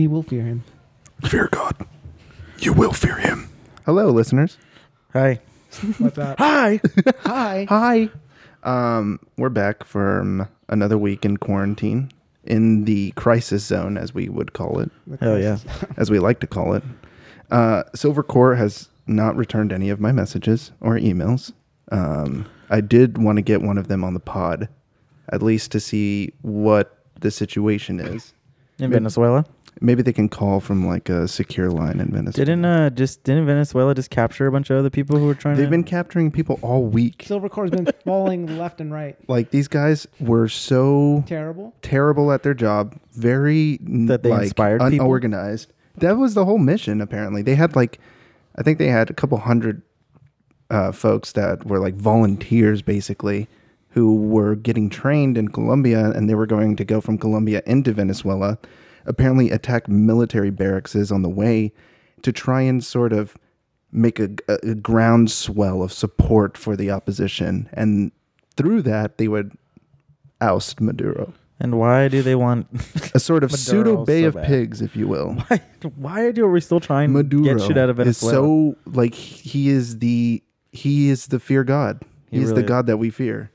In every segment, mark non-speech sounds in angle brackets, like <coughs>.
He will fear him. Fear God. You will fear him. Hello, listeners. Hi. What's up? <laughs> Hi. Hi. Hi. Um, we're back from another week in quarantine in the crisis zone, as we would call it, Hell yeah. as we like to call it. Uh, Silver Core has not returned any of my messages or emails. Um, I did want to get one of them on the pod, at least to see what the situation is. In Venezuela? Maybe they can call from like a secure line in Venezuela. Didn't uh just didn't Venezuela just capture a bunch of other people who were trying They've to been capturing people all week. Silvercore's <laughs> been falling left and right. like these guys were so Terrible. terrible at their job, very That they like, inspired people? unorganized. That was the whole mission. Apparently, they had like, I think they had a couple hundred uh, folks that were like volunteers, basically, who were getting trained in Colombia, and they were going to go from Colombia into Venezuela. Apparently, attack military barracks on the way to try and sort of make a, a, a groundswell of support for the opposition, and through that, they would oust Maduro And why do they want <laughs> a sort of pseudo Bay so of bad. Pigs, if you will. why do we still trying to Maduro get shit out of is Venezuela? so like he is the he is the fear god. He, He is really the is. god that we fear.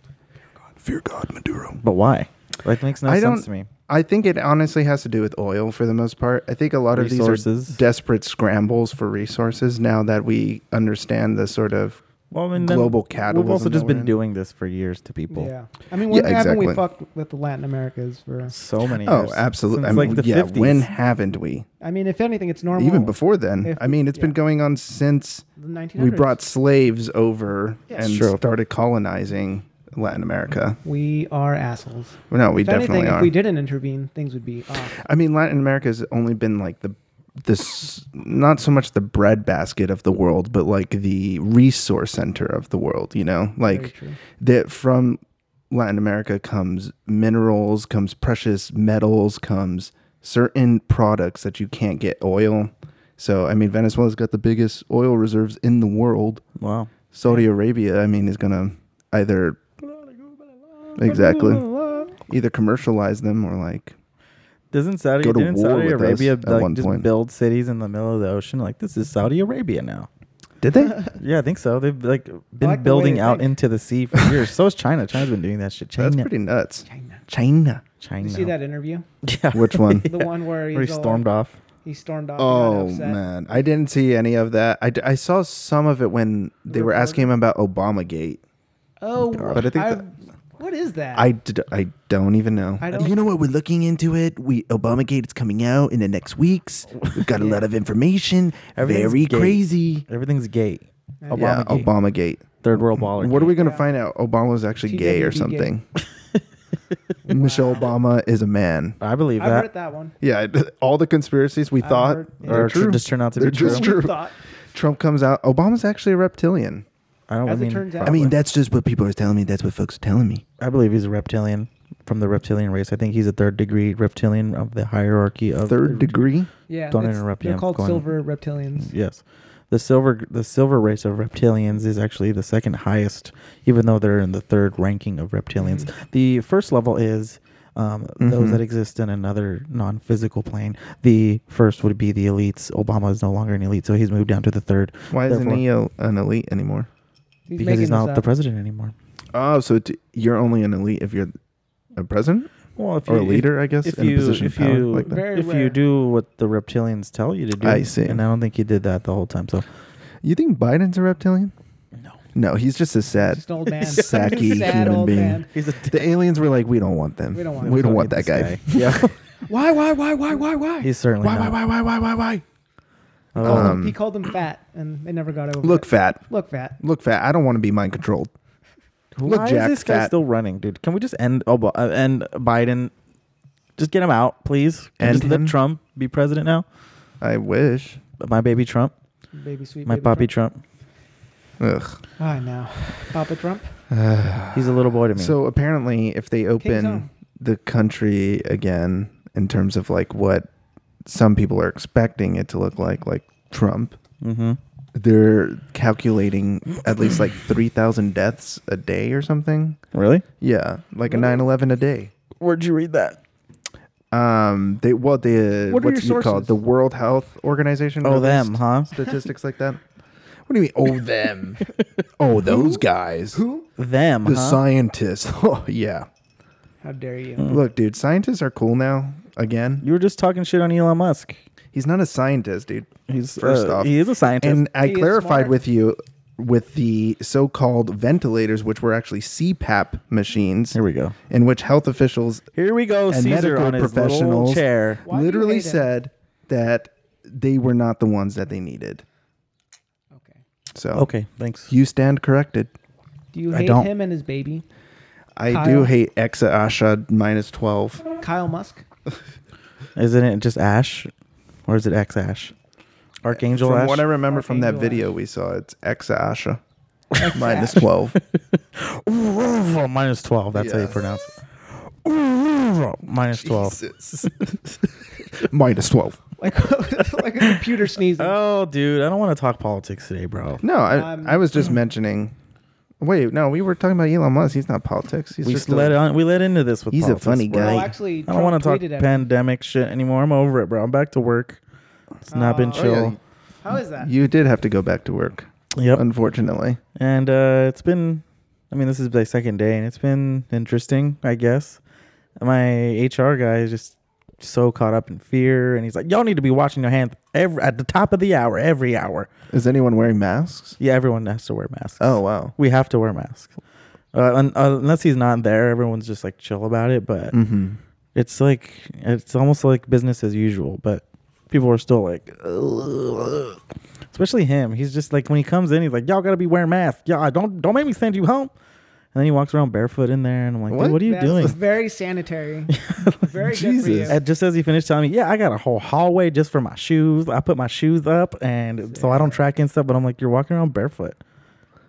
Fear God, Maduro. but why? Like makes no I sense don't. to me. I think it honestly has to do with oil for the most part. I think a lot of Resources. these are desperate scrambles for resources now that we understand the sort of Well, I mean, then global we've capitalism. also just that been we're in. doing this for years to people. Yeah. I mean, when Yeah, haven't we exactly. fucked with the Latin Americas for? So many. Oh, years. absolutely. I Since, mean, like the yeah. 50s. When haven't we? I mean, if anything, it's normal. Even before then. If- I mean, it's been yeah. going on since the 1900s, we brought slaves over Yes. and True. started colonizing Latin America. We are assholes. Well, No, we if definitely anything, are. if we didn't intervene, things would be off. I mean, Latin America has only been like the this not so much the breadbasket of the world, but like the resource center of the world. You know, like true. that from Latin America comes minerals, comes precious metals, comes certain products that you can't get oil. So, I mean, Venezuela's got the biggest oil reserves in the world. Wow. Saudi Arabia, I mean, is going to either exactly either commercialize them or like Doesn't Saudi Go to didn't war Saudi with us Arabia at one like just point. build cities in the middle of the ocean? Like this is Saudi Arabia now. did they? <laughs> Yeah, I think so. They've like been like the way building they out think. into the sea for years. so is China. China's been doing that shit. China. That's pretty nuts. China. China. China. You see that interview? <laughs> <laughs> Yeah. Which one? The one where he's Where he all- stormed off. He stormed off. and got Oh upset. man, I didn't see any of that. I, d- I saw some of it when they were asking him about Obamagate. Oh, But I think I've- that- what is that? I, d- I don't even know. I don't- you know what? We're looking into it. We Obamagate is coming out in the next weeks. <laughs> We've got a lot of information. Everything's Very gay. crazy. Everything's gay. Obama yeah, Obamagate. Third world baller. What are we gonna Yeah. find out? Obama's actually gay or TWB gay. something. Michelle Obama is a man. I believe I've that. heard that one. Yeah, all the conspiracies we thought heard- yeah. are Or true. just turned out to be They're just true. true. Thought. Trump comes out. Obama's actually a reptilian. I don't As it mean, turns out- I mean, that's just what people are telling me. That's what folks are telling me. I believe he's a reptilian from the reptilian race. I think he's a third degree reptilian of the hierarchy of Third degree. Yeah. Don't it's- interrupt me, They're I'm called going- silver reptilians. Yes. The silver the silver race of reptilians is actually the second highest, even though they're in the third ranking of reptilians. The first level is um, those that exist in another non physical plane. The first would be the elites. Obama is no longer an elite, so he's moved down to the third. Why isn't Therefore- he a, an elite anymore? He's Because he's making this not the up. president anymore. Oh, so t- you're only an elite if you're a president Well, if or a leader, I guess, if in you a position if of power you like that. Very if rare. you do what the reptilians tell you to do, I see. And I don't think he did that the whole time. So You think Biden's a reptilian? no, No, he's just a sad, Just an old man. <laughs> sacky Sad human old being. man. he's a The aliens were like, we don't want them. We don't want We them. don't want that Fucking guy. this Yeah. why? Why? Why? Why? Why? Why? <laughs> he's certainly why? Why? not. Why? Why? Why? Why? Why? Oh, Called them- Um, he called them fat, and they never got over Look it. fat. look fat. Look fat. I don't want to be mind controlled. Look, Why Jack, is this guy fat. still running, dude? Can we just end Ob- uh, end Biden? Just get him out, please. And End just let him? Trump be president now. I wish. My baby Trump, Baby sweet. my baby poppy Trump. Trump. Ugh. I know. Papa Trump. He's a little boy to me. So apparently, if they Own. open the country again in terms of like what some people are expecting it to look like, like Trump, mm-hmm. they're calculating at least like 3,000 deaths a day or something. really? Yeah, like a Really? 9 11 a day. Where'd you read that? Um, they well the What are what's your it called sources? the World Health Organization. Oh, them, released huh? Statistics like that. What do you mean? Oh, them. <laughs> oh, those guys. Who? Them, The huh? scientists. <laughs> Oh, yeah. How dare you? Hmm. Look, dude, scientists are cool now. Again, You were just talking shit on Elon Musk. he's not a scientist, dude. He's First uh, off, he is a scientist. And I He is clarified smart. with you with the so-called ventilators, which were actually CPAP machines, Here we go. in which health officials Here we go, And Caesar medical on his little professionals. chair. Why do you literally hate him? said that they were not the ones that they needed. Okay. So Okay, thanks. you stand corrected. Do you I hate don't. him and his baby, I do Kyle? hate Exa Asha minus twelve. Kyle Musk? <laughs> Isn't it just Ash, or is it X Ash? Archangel From Ash. what I remember from that Archangel video Ash. we saw, it's Exa Asha <laughs> minus twelve. Ooh, minus twelve. That's how you Yes. pronounce it. Ooh, minus twelve. Jesus. <laughs> minus twelve. Like, <laughs> like a computer sneezing. Oh, dude, I don't want to talk politics today, bro. No, I, Um, I was just mentioning. Wait, no, we were talking about Elon Musk. He's not politics. He's We just just let a, on. We let into this with. He's a politics, funny bro. well, guy. actually, I don't want to talk tweeted him. pandemic shit anymore. I'm over it, bro. I'm back to work. It's not been Oh. Oh, chill. How is that? You did have to go back to work, Yep. unfortunately. and uh, it's been i mean this is my second day and it's been interesting i guess my hr guy is just so caught up in fear and he's like y'all need to be washing your hands every at the top of the hour every hour Is anyone wearing masks? yeah everyone has to wear masks Oh wow. we have to wear masks uh, un- uh, unless he's not there everyone's just like chill about it but Mm-hmm. it's like it's almost like business as usual but people are still like "Ugh." especially him he's just like when he comes in he's like y'all gotta be wearing masks y'all don't don't make me send you home and then he walks around barefoot in there and i'm like dude, What? what, are you That's doing Very sanitary. very good Jesus. for you. and just as he finished telling me yeah i got a whole hallway just for my shoes i put my shoes up and so i don't track and stuff but i'm like you're walking around barefoot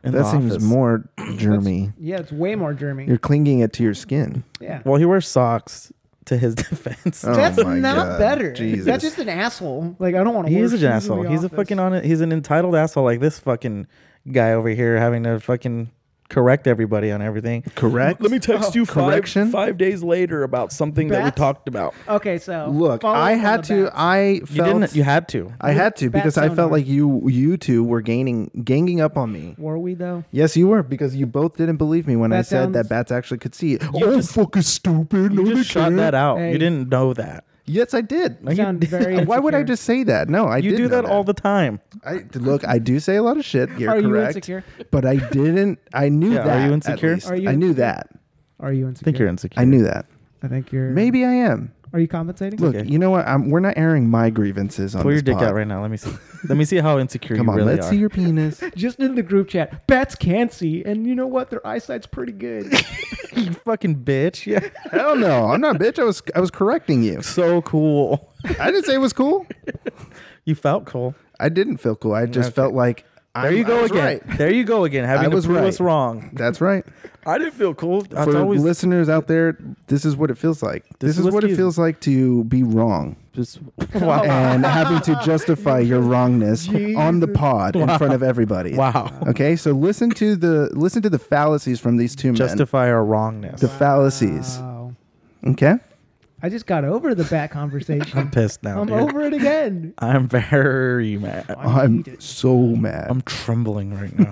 in That the seems <clears throat> office." more germy. Yeah, it's way more germy. You're clinging it to your skin. yeah. well he wears socks to <laughs> his defense Oh That's my not God. better. Jesus. That's just an asshole. Like I don't want to. He is an asshole. He's a fucking on He's an entitled asshole like this fucking guy over here having to fucking correct everybody on everything. Correct. Let me text you five, Oh. Correction? five days later about something that we Bats? talked about. Okay, so Look, following I on had the to. bats. I You felt didn't. You had to. I had to Bat because I sonar. felt like you you two were gaining ganging up on me. Were we though? Yes, you were because you both didn't believe me when I Bat said that sounds- bats actually could see. oh, just- fucking stupid! You No, they just shot can't. that out. Hey. You didn't know that. Yes, I did. You sound very. <laughs> Why would I insecure. just say that? No, I You did do know that, all the time. I look. I do say a lot of shit. You're Are you correct, insecure? But I didn't. I knew Yeah, are that. you at insecure? least. Are you I knew insecure? that. Are you I insecure? think you're insecure. I knew that. I think you're. Maybe I am. Are you compensating? Look, Okay. you know what? I'm, we're not airing my grievances on Pull this your dick pod. out right now. Let me see. Let me <laughs> see how insecure Come you on, really let's are. see your <laughs> penis. <laughs> Just in the group chat, bats can see, and you know what? Their eyesight's pretty <laughs> good. you fucking bitch. Yeah. Hell no, I'm not a bitch. I was I was correcting you. <laughs> So cool. <laughs> I didn't say it was cool. You felt cool. I didn't feel cool. I just felt like There you go again. There you go again. Having I to was prove right. us wrong. That's right. I didn't feel cool. <laughs> That's For always listeners out there, this is what it feels like. This, is is, what's what it cute. feels like to be wrong just <laughs> and having to justify your wrongness on the pod in front of everybody. wow. Okay, so listen to the listen to the fallacies from these two men. Justify our wrongness. The fallacies. Wow. Okay. I just got over the bat <laughs> conversation. I'm pissed now. I'm Oh, dude. over it again. I'm very mad. I'm, I'm so mad. I'm trembling right now.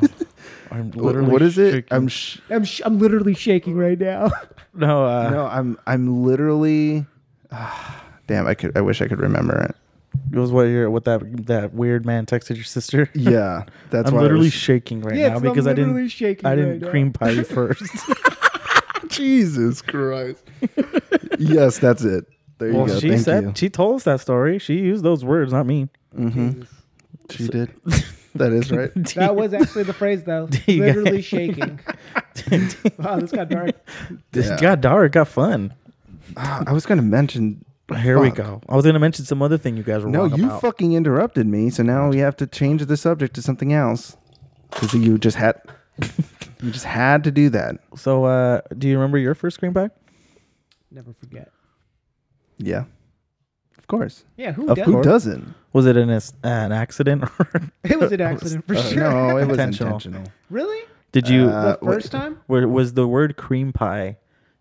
I'm Wh- literally. what is it? shaking. I'm sh- I'm, sh- I'm literally shaking right now. <laughs> no. Uh, no, I'm I'm literally. <sighs> damn, I could. I wish I could remember it. It was what your what that that weird man texted your sister. <laughs> Yeah, that's I'm why I literally was- shaking right Yeah, now it's- I'm because I literally didn't. shaking I didn't right now. cream pie you first. <laughs> Jesus Christ. yes, that's it. There you well, go. she Thank said you. she told us that story. She used those words, not me. Jesus. She did. <laughs> that is right. That was actually the phrase, though. you got- literally shaking. <laughs> wow, this got dark. This Yeah. got dark. Got fun. Ah, I was going to mention. Here we Fuck. go. I was gonna mention some other thing you guys were No, wrong you about. fucking interrupted me. So now we have to change the subject to something else. Because you just had. <laughs> You just had to do that. so, uh, do you remember your first cream pie? Never forget. Yeah. Of course. Yeah, who Of does? Who course. doesn't? Was it an as- an accident <laughs> or It was an accident Uh, for sure. Uh, No, it was Intentional. intentional. Really? did you? Uh, the first time? Where was the word cream pie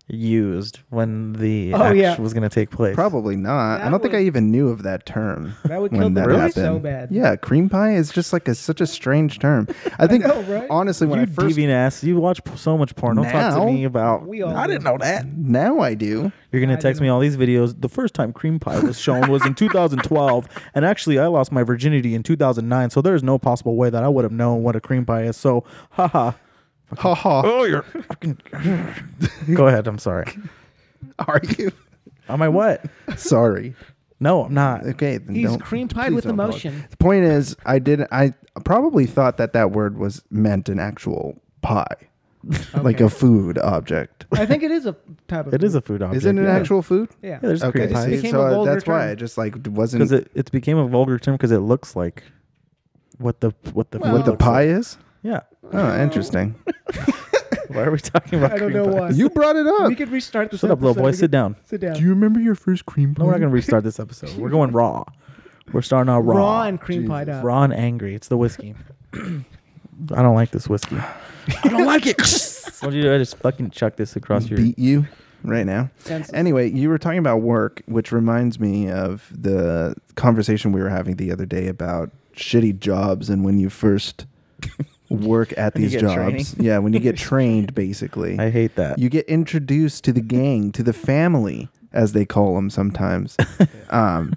used when the Oh, act yeah. was going to take place. Probably not. I That don't think I would- even knew of that term. That would when kill the that movie so happened. bad. Yeah, cream pie is just like a, such a strange term. <laughs> I think know, right? honestly, when I you first deviant ass. You watch p- so much porn. Don't talk Now- to me about. We all I didn't know <laughs> that. now I do. You're gonna I text me all these videos. The first time cream pie was shown was in 2012, and actually, I lost my virginity in 2009. So there's no possible way that I would have known what a cream pie is. So, haha. Ha ha. Oh, you're. Go ahead. I'm sorry. <laughs> Are you Am I what? sorry? No, I'm not. Okay, then He's don't- cream pied please with don't apologize. emotion. The point is, I did. I probably thought that that word was meant an actual <laughs> pie, like a food object. I think it is a <laughs> type of. It is a food object. Is it an yeah. actual food? Yeah. Yeah, there's Okay, cream pie. see, Became a so uh, vulgar that's why term. I just like because wasn't it, it became a vulgar term because it looks like what the what the Well- what what the pie is. yeah. Oh, <laughs> interesting. Why are we talking about? I don't cream know pie? why. you brought it up. We could restart this. Shut up, little episode. boy. We Sit could- down. Sit down. Do you remember your first cream pie? No, we're not gonna restart this episode. We're going raw. We're starting out raw. raw, and cream pie up. raw and angry. It's the whiskey. <clears throat> I don't like this whiskey. I don't like it. <laughs> what do you do? I just fucking chuck this across your. beat you right now. Senses. Anyway, you were talking about work, which reminds me of the conversation we were having the other day about shitty jobs and when you <laughs> first work at When you these get jobs. training. Yeah, when you <laughs> get trained, basically. I hate that. you get introduced to the gang, to the family, as they call them <laughs> sometimes. um,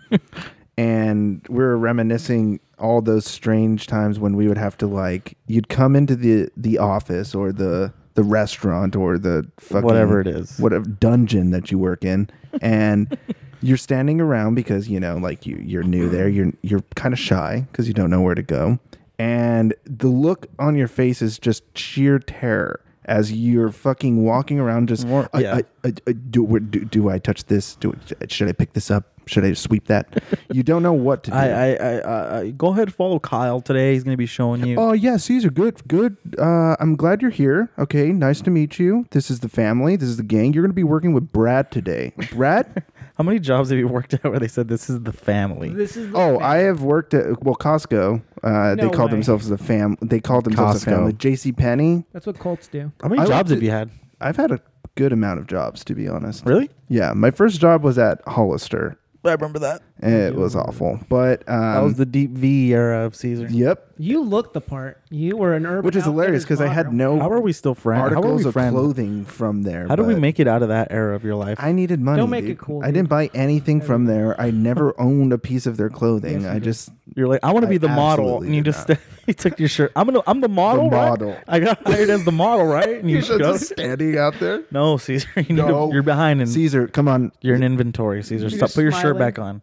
and we were reminiscing all those strange times when we would have to like you'd come into the the office or the the restaurant or the fucking Whatever it is. whatever dungeon that you work in, and <laughs> you're standing around because you know like you you're new there, you're you're kind of shy because you don't know where to go. And the look on your face is just sheer terror as you're fucking walking around, just More- I- yeah. I- I, I- do, where- do do I touch this? Do it, should I pick this up? Should I sweep that? you don't know what <laughs> to do. I, I, I, I, I go ahead and follow Kyle today. He's gonna be showing you. oh yeah, Caesar, good, good. Uh, I'm glad you're here. Okay, nice to meet you. This is the family. This is the gang. You're gonna be working with Brad today. Brad. How many jobs have you worked at where they said this is the family? This is. the Oh, thing. I have worked at well Costco. Uh, No they called way. themselves the fam. They called themselves Costco. a family. J.C. Penney. That's what Colts do. How many I worked jobs have at- you had? I've had a good amount of jobs to be honest. Really? Yeah, my first job was at Hollister. I remember that. It was awful, but um, That was the deep V era of Caesar. yep. You look the part. You were an urban. Which is Outfitters hilarious because I had model. no How are we still friends? How are articles we of friends? clothing from there. How do we but make it out of that era of your life? I needed money. Don't make dude. it cool, I dude. didn't buy anything from there. I never owned a piece of their clothing. I just You're like, I want to be I the model, absolutely and you did just <laughs> you took your shirt. I'm gonna, I'm the model. right? model. I got hired as the model, <laughs> right? And you You're go, just standing out there. no, Caesar, <laughs> you need No. to, you're behind, and Caesar, come on, you're in inventory, Caesar. Stop, just put your shirt smiling. back on.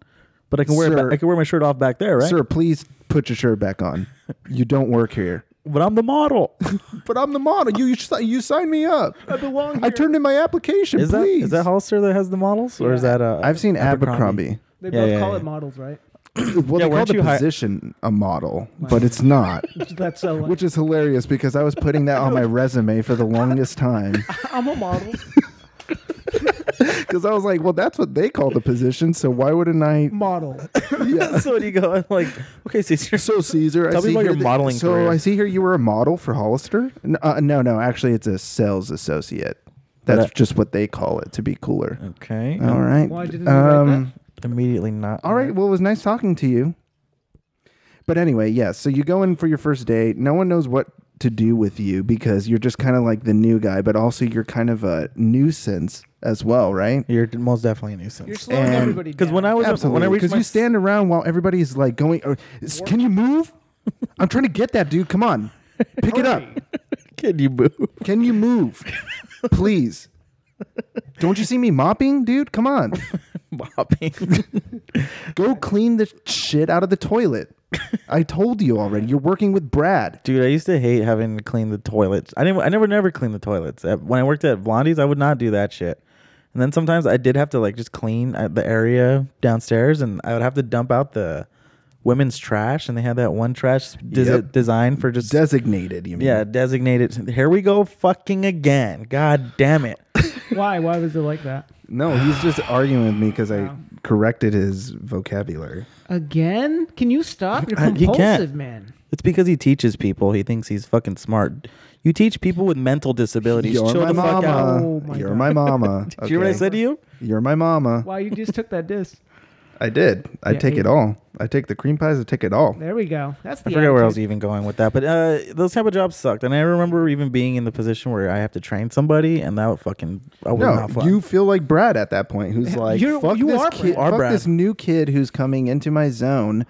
But I can wear, it Sir. back, I can wear my shirt off back there, right? sir. Please put your shirt back on. You don't work here. But I'm <laughs> the model. But I'm the model. You you, si- you signed me up. I belong I here. turned in my application. Is that please. is that Hollister that has the models, or is Yeah. that uh, I've seen Abercrombie. They Yeah, both yeah, call yeah. it models, right? Well, Yeah, they call weren't the you hi- position a model, but it's not. That's so. lame. Which is hilarious because I was putting that on my resume for the longest time <laughs> I'm a model. because I was like, well, that's what they call the position, so why wouldn't I? Model. <laughs> Yeah. so do you go? I'm like, okay, Caesar. So Caesar, Tell I me see about here your that- modeling So career. I see here you were a model for Hollister. N- uh, no, no, actually, it's a sales associate. That's That- just what they call it to be cooler. okay, All right. Why didn't you write immediately not. Um, Uh-huh. All right. Well, it was nice talking to you. But anyway, yes. so you go in for your first date. No one knows what to do with you because you're just kind of like the new guy, but also you're kind of a nuisance as well, right? You're most definitely a You're nuisance. slowing And- everybody down. Because when I was when I Absolutely. reached Because my you stand around while everybody's like going, or, "Is- can you move? <laughs> I'm trying to get that dude. Come on. Pick it up. <laughs> kid, you <laughs> boo. Can you <laughs> move? Please. Don't you see me mopping, dude? Come on. mopping. Go clean the shit out of the toilet. I told you already. You're working with Brad. <laughs> Dude, I used to hate having to clean the toilets. I didn't. I never, never cleaned the toilets. At- When I worked at Blondie's, I would not do that shit. And then sometimes I did have to like just clean uh, the area downstairs, and I would have to dump out the women's trash. And they had that one trash des- Yep. design for just designated. You mean? yeah designated. Here we go, fucking again. God <laughs> damn it. Why? Why was it like that? No, he's <sighs> just arguing with me because Wow. I corrected his vocabulary. Again? Can you stop? You're Uh, he can't. compulsive, man. It's because he teaches people. He thinks he's fucking smart. You teach people with mental disabilities. You're Chill my the fuck mama. out. Oh my You're God. my <laughs> mama. Do you hear what I Okay. said to you? You're my mama. Why you just took that disc? I did. I Yeah, take he- it all. I take the cream pies. I take it all. There we go. That's the. I forget where I was attitude. even going with that, but uh, those type of jobs sucked. And I remember even being in the position where I have to train somebody, and that would fucking I was No, not fun. you feel like Brad at that point, who's like, You're- "Fuck you this are kid, Brad. Are fuck Brad. this new kid who's coming into my zone."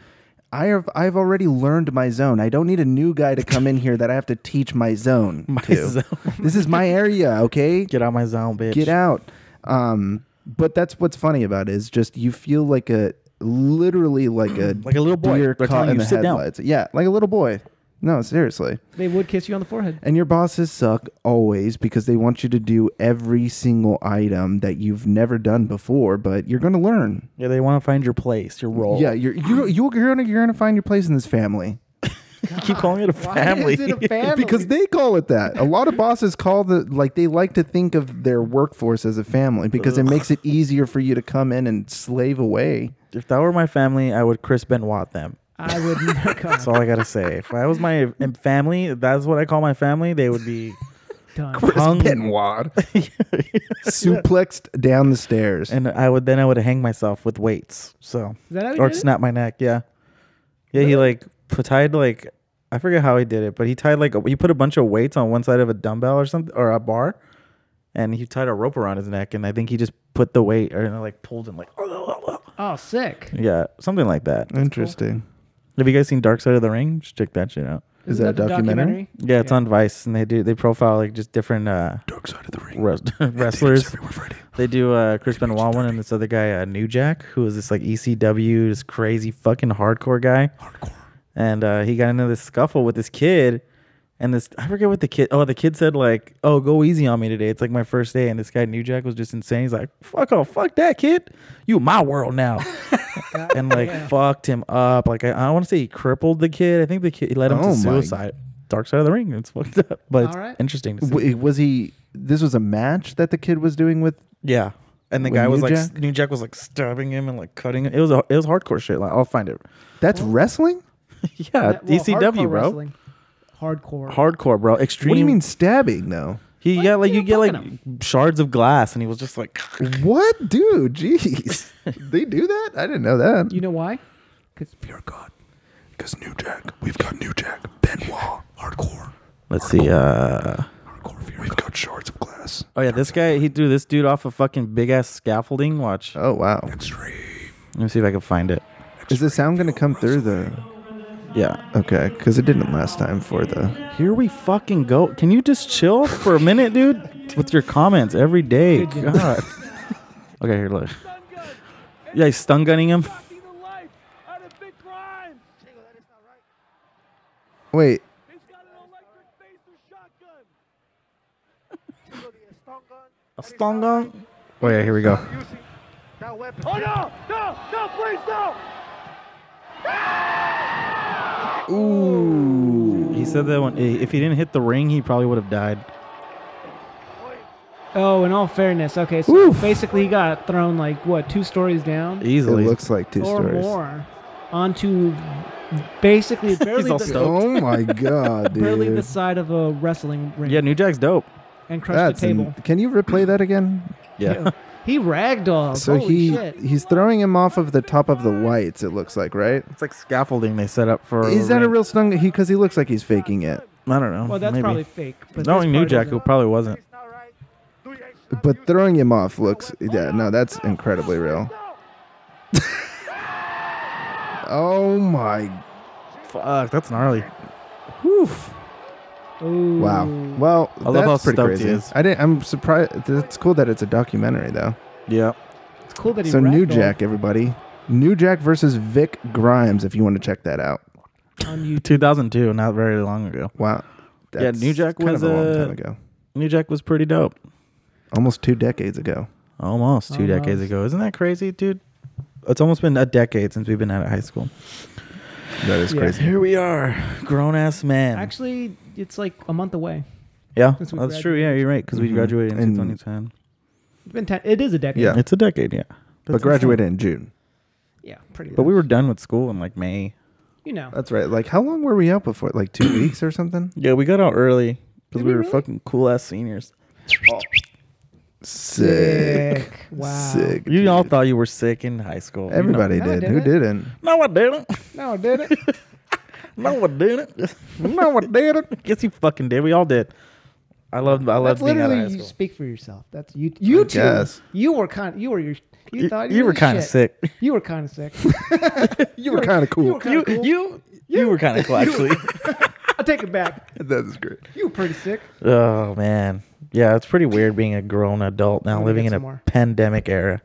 I have I've already learned my zone. I don't need a new guy to come in here that I have to teach my zone <laughs> My to. zone. This is my area, okay? <laughs> get out of my zone, bitch. Get out. Um, but that's what's funny about it is just you feel like a literally like a <clears throat> Like a little boy. deer They're caught telling in you, the "Sit down." headlights. Yeah, like a little boy. No, seriously. They would kiss you on the forehead. And your bosses suck always because they want you to do every single item that you've never done before, but you're going to learn. Yeah, they want to find your place, your role. Yeah, you're you you you're going to you're going to find your place in this family <laughs> you keep calling <laughs> it a family. Why is it <laughs> a family? because they call it that. A lot of bosses call the like they like to think of their workforce as a family because it makes it easier for you to come in and slave away. if that were my family, I would Chris Benoit them. I would. not That's all I gotta say. If I was my um, family, if that's what I call my family. They <laughs> would be done. hung, Penwad <laughs> suplexed down the stairs. and I would then I would hang myself with weights. So Is that how you or did it? snap my neck. Yeah, yeah. He like p- tied like I forget how he did it, but he tied like a, he put a bunch of weights on one side of a dumbbell or something or a bar, and he tied a rope around his neck, and I think he just put the weight or like pulled and like <laughs> Oh, sick. yeah something like that. Interesting. Have you guys seen Dark Side of the Ring? Just check that shit out. Is Isn't that a the documentary? Yeah, it's on Vice, and they do they profile like just different uh, Dark side of the ring. wres- <laughs> <laughs> wrestlers. They do uh, Chris Benoit one and this other guy, uh, New Jack, who was this like ECW, this crazy fucking hardcore guy. Hardcore. And uh, he got into this scuffle with this kid, and this I forget what the kid. Oh, the kid said like, "Oh, go easy on me today. It's like my first day." And this guy New Jack was just insane. He's like, "Fuck off, fuck that kid. You in my world now." and like fucked him up. Like I, I want to say he crippled the kid. I think the kid he led him Oh to my- suicide. Dark side of the ring. It's fucked up, but it's All right. interesting. To see. W- was he? This was a match that the kid was doing with. Yeah. And the With guy was New like, s- Jack? New Jack was like stabbing him and like cutting him. It was a, it was hardcore shit. Like I'll find it. That's wrestling. <laughs> yeah, That- well, ECW, hardcore bro. wrestling. Hardcore. Hardcore, bro. Extreme. What do you mean stabbing <laughs> though? He What? got like You're you get like fucking shards of glass, and he was just like, <laughs> What, dude? Jeez, they do that? I didn't know that. You know why? Because Because New Jack, we've got New Jack, Benoit, hardcore, let's see. Uh, hardcore. Fear we've got shards of glass, oh yeah, this guy he threw this dude off a fucking big ass scaffolding. Watch. oh wow, extreme. Let me see if I can find it. is the sound gonna come through the? Yeah. Okay, because it didn't last time for the. Here we fucking go. Can you just chill for a minute, dude? <laughs> With your comments every day. <laughs> God. okay, here, look. Yeah, he's stun gunning him. <laughs> Wait, A stun gun. Oh yeah, here we go. Oh no! No! No! Please no! He said that one. If he didn't hit the ring, he probably would have died. Oh, in all fairness, okay, so basically he got thrown like what two stories down it Easily. looks like two or stories. more onto <laughs> basically barely, all the, stoked. <laughs> Oh my god, barely the dude! side of a wrestling ring yeah, New Jack's dope. and crushed That's the table. can you replay that again? Yeah. he ragdolls. So Oh, Holy he shit. he's throwing him off of the top of the lights. It looks like right. <laughs> It's like scaffolding they set up for. Is that a ring. real stun? He because he looks like he's faking it. I don't know. Well, that's maybe. probably fake. But Knowing this New part Jack, who isn't. probably wasn't. It's not right. Do you ain't shot But you- throwing him off looks yeah no that's incredibly real. <laughs> No! Oh my! Fuck, that's gnarly. Whew. Ooh. Wow. Well, I love that's how pretty stoked crazy. he is. I didn't. I'm surprised. It's cool that it's a documentary though. Yeah. it's cool that he So New ragdolled Jack, everybody. New Jack versus Vic Grimes. If you want to check that out. on you. 2002, not very long ago. Wow. Yeah, New Jack kind was, of a long uh, time ago. New Jack was pretty dope. Almost two decades ago. Almost two decades Almost. ago. Isn't that crazy, dude? It's almost been a decade since we've been out of high <laughs> school. That is Yeah. crazy. Here we are, grown ass man. Actually, it's like a month away. yeah, that's since we true. Yeah, you're right because we Mhm. graduated in And- 2010. It's been ten, it is a decade. Yeah. It's a decade, yeah. But graduated in June. Yeah, pretty. But much. we were done with school in like May. you know, That's right. Like, how long were we out before? Like two <clears throat> weeks or something? Yeah, we got out early. because we were fucking cool ass seniors. Sick. Sick. Wow. Sick. You all thought you were sick in high school. You know. Everybody No, I did. Who <laughs> didn't? No, I didn't. No, did <laughs> it? No, I didn't. <laughs> no, I didn't. Guess you fucking did. We all did. I love. I love That's being out of high literally you school. speak for yourself. That's you. You two. guess. You were kind. You were your. You, You- thought you were the kinda shit. sick. You were kind of sick. You were kind You of cool. were kind You, of cool. you, you were kind of cool actually. I take it back. That is great. You were pretty sick. <laughs> oh man, yeah, it's pretty weird being a grown adult now, Wanna living get in a some more. pandemic era.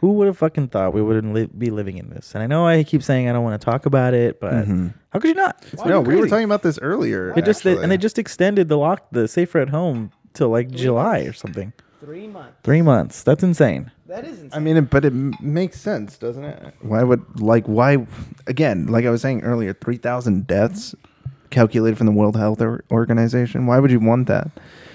Who would have fucking thought we wouldn't li- be living in this? And I know I keep saying I don't want to talk about it, but how could you not? no, we were talking about this earlier. They just they, actually. and they just extended the lock, the safer at home till like July or something. Three months. Three months. That's insane. That is insane. I mean, it- but it m- makes sense, doesn't it? Why would like why again? Like I was saying earlier, three thousand deaths calculated from the World Health Or- Organization. Why would you want that?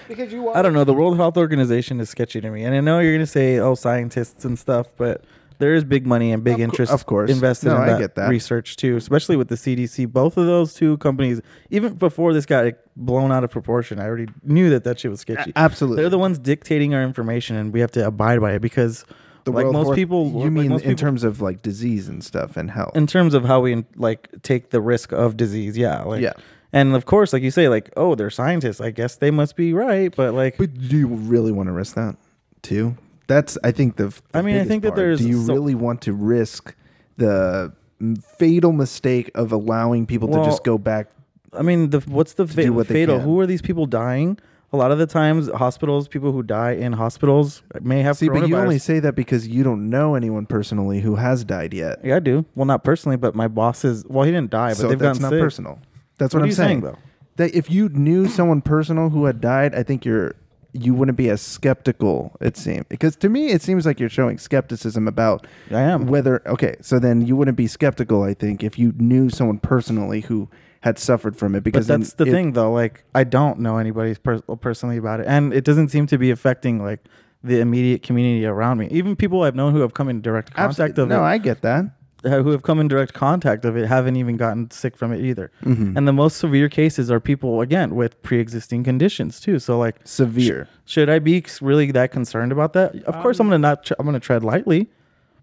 because you are. I don't know. The World Health Organization is sketchy to me, and I know you're gonna say, "Oh, scientists and stuff," but there is big money and big interest, of course. invested No, in I that, get that. research too, especially with the CDC. Both of those two companies, even before this got like, blown out of proportion, I already knew that that shit was sketchy. absolutely. they're the ones dictating our information, and we have to abide by it because, The like World most Health- people, You like mean most in people- terms of like disease and stuff and health? in terms of how we like take the risk of disease? Yeah, like Yeah. And of course, like you say, like oh, they're scientists. I guess they must be right, but like but do you really want to risk that too? That's I think the. f- the I mean, I biggest think that part. there's Do you so- really want to risk the m- fatal mistake of allowing people Well, to just go back? I mean, the what's the fa- do what they fatal? can. Who are these people dying? A lot of the times, hospitals, people who die in hospitals may have See, coronavirus. but you only say that because you don't know anyone personally who has died yet. yeah, I do. Well, not personally, but my bosses. Well, he didn't die, but so they've that's gotten not sick. personal. That's what, What are I'm you saying, saying, though? That if you knew someone personal who had died, I think you're you wouldn't be as skeptical. It seems because to me it seems like you're showing skepticism about. I am. whether okay. So then you wouldn't be skeptical. I think if you knew someone personally who had suffered from it But because then that's the it- thing, though. Like, I don't know anybody per- personally about it, and it doesn't seem to be affecting like the immediate community around me. Even people I've known who have come in direct contact Absolutely. of No, it, I get that. uh, who have come in direct contact of it haven't even gotten sick from it either. And the most severe cases are people again with pre-existing conditions too. So like Severe. Should I be c- really that concerned about that? Of course, I'm gonna not. Tr- I'm gonna tread lightly,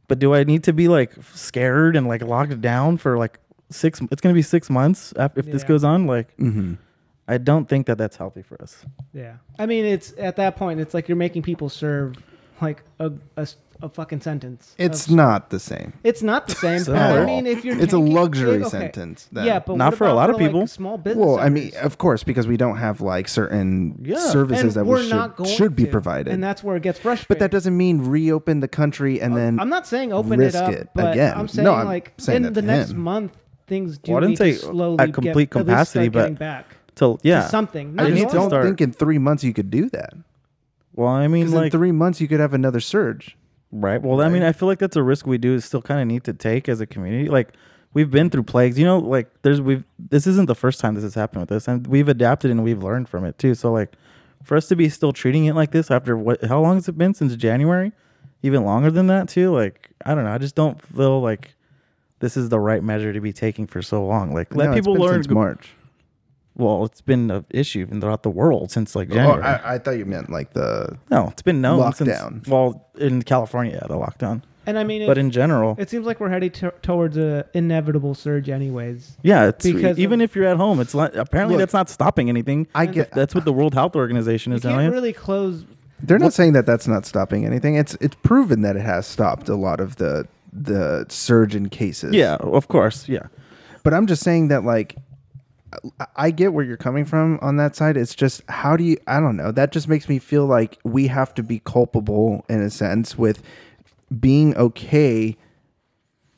but do I need to be like f- scared and like locked down for like six? It's gonna be six months after, if this Yeah. goes on. Like, I don't think that that's healthy for us. Yeah. I mean, it's at that point, it's like you're making people serve like a a s- a fucking sentence. of- It's not the same. it's not the same. So- but I No. mean, if you're It's a taking- luxury okay. sentence, then. Yeah, but Not what for a about lot of like, people. small business. Well, I mean, owners? of course, because we don't have like certain services that And we we're should, not going should be to. provided. and that's where it gets frustrating. but that doesn't mean reopen the country and then I'm not saying open risk it up it but again. I'm No, saying I'm like saying in that the to next him. month things do Well, I didn't need say to slowly at complete get, at least capacity, start getting but- back. Till yeah, something. I Not just just don't don't start- think. think in three months you could do that. well, I mean, Because in like three months you could have another surge. Right. Well, I mean, I feel like that's a risk we do is still kind of need to take as a community. Like we've been through plagues, you know. Like there's we've this isn't the first time this has happened with us, and we've adapted and we've learned from it too. So like, for us to be still treating it like this after what? How long has it been since January? Even longer than that too. Like I don't know. I just don't feel like this is the right measure to be taking for so long. Like let No, it's people been learn. since March. Well, it's been an issue even throughout the world since like January. I thought you meant like the no, it's been known since Lockdown. well in California yeah, the lockdown. and I mean, it, But in general, it seems like we're heading to towards a inevitable surge, anyways. Yeah, it's Because even of- if you're at home, it's not, apparently Look, that's not stopping anything. I get- that's what the World Health Organization You is telling can't us. really close. They're not saying that that's not stopping anything. It's it's proven that it has stopped a lot of the the surge in cases. yeah, of course, yeah. but I'm just saying that like I- I get where you're coming from on that side. It's just how do you I don't know. That just makes me feel like we have to be culpable in a sense with being okay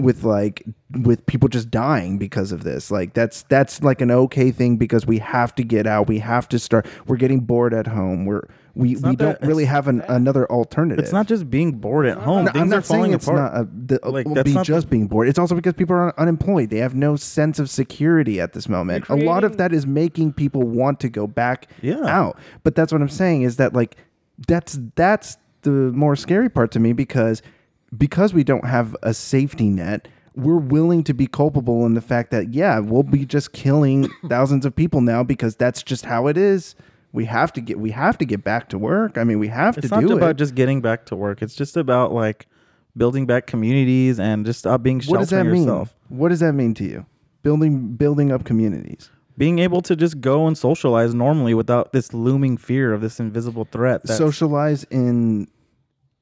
with like with people just dying because of this. Like that's that's like an okay thing because we have to get out. We have to start. We're getting bored at home. We're we, we not don't that- really have an, another alternative. It's not just being bored at home; No, things I'm are not falling saying it's apart. not uh, a, the, Like, like, that's be not- just being bored. It's also because people are unemployed. They have no sense of security at this moment. You're a lot of creating- that is making people want to go back Yeah. out. But that's what I'm saying is that like that's that's the more scary part to me because because we don't have a safety net. We're willing to be culpable <coughs> in the fact that yeah, we'll be just killing thousands of people now because that's just how it is. we have to get we have to get back to work. I mean, we have It's to not do about it. just getting back to work. It's just about like building back communities and just uh, being what does that sheltering yourself. mean? What does that mean to you? Building building up communities. Being able to just go and socialize normally without this looming fear of this invisible threat. That's Socialize in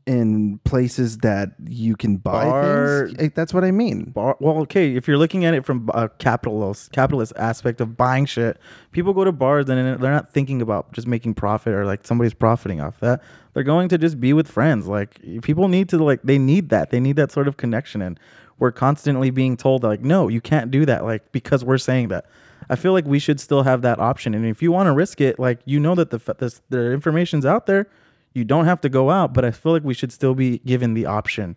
in places that you can buy Bar- things. Eh, That's what I mean. bar- well, okay, if you're looking at it from a capitalist capitalist aspect of buying shit, people go to bars and they're not thinking about just making profit or like somebody's profiting off that. They're going to just be with friends. Like people need to like they need that. They need that sort of connection and we're constantly being told like no, you can't do that like because we're saying that. I feel like we should still have that option and if you want to risk it, like you know that the f- this, the information's out there, you don't have to go out, but I feel like we should still be given the option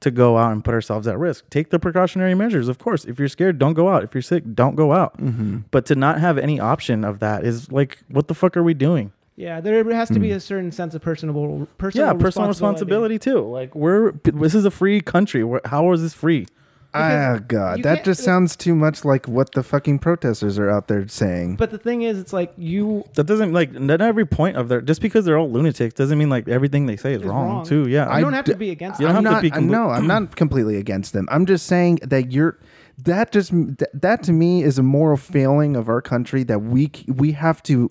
to go out and put ourselves at risk. Take the precautionary measures, of course. If you're scared, don't go out. If you're sick, don't go out. But to not have any option of that is like, what the fuck are we doing? Yeah, there has to be a certain sense of personable personal Hmm. yeah, personal responsibility too. Like we're this is a free country. We're, how is this free? Ah, you God, that can't- just sounds too much like what the fucking protesters are out there saying. But the thing is, it's like you That doesn't like not every point of their just because they're all lunatics doesn't mean like everything they say is, is wrong, wrong too. Yeah, You don't I have to d- be against. You don't it. I'm have to not. be compl- no, I'm <clears throat> not completely against them. I'm just saying that you're. That just that, that to me is a moral failing of our country that we c- we have to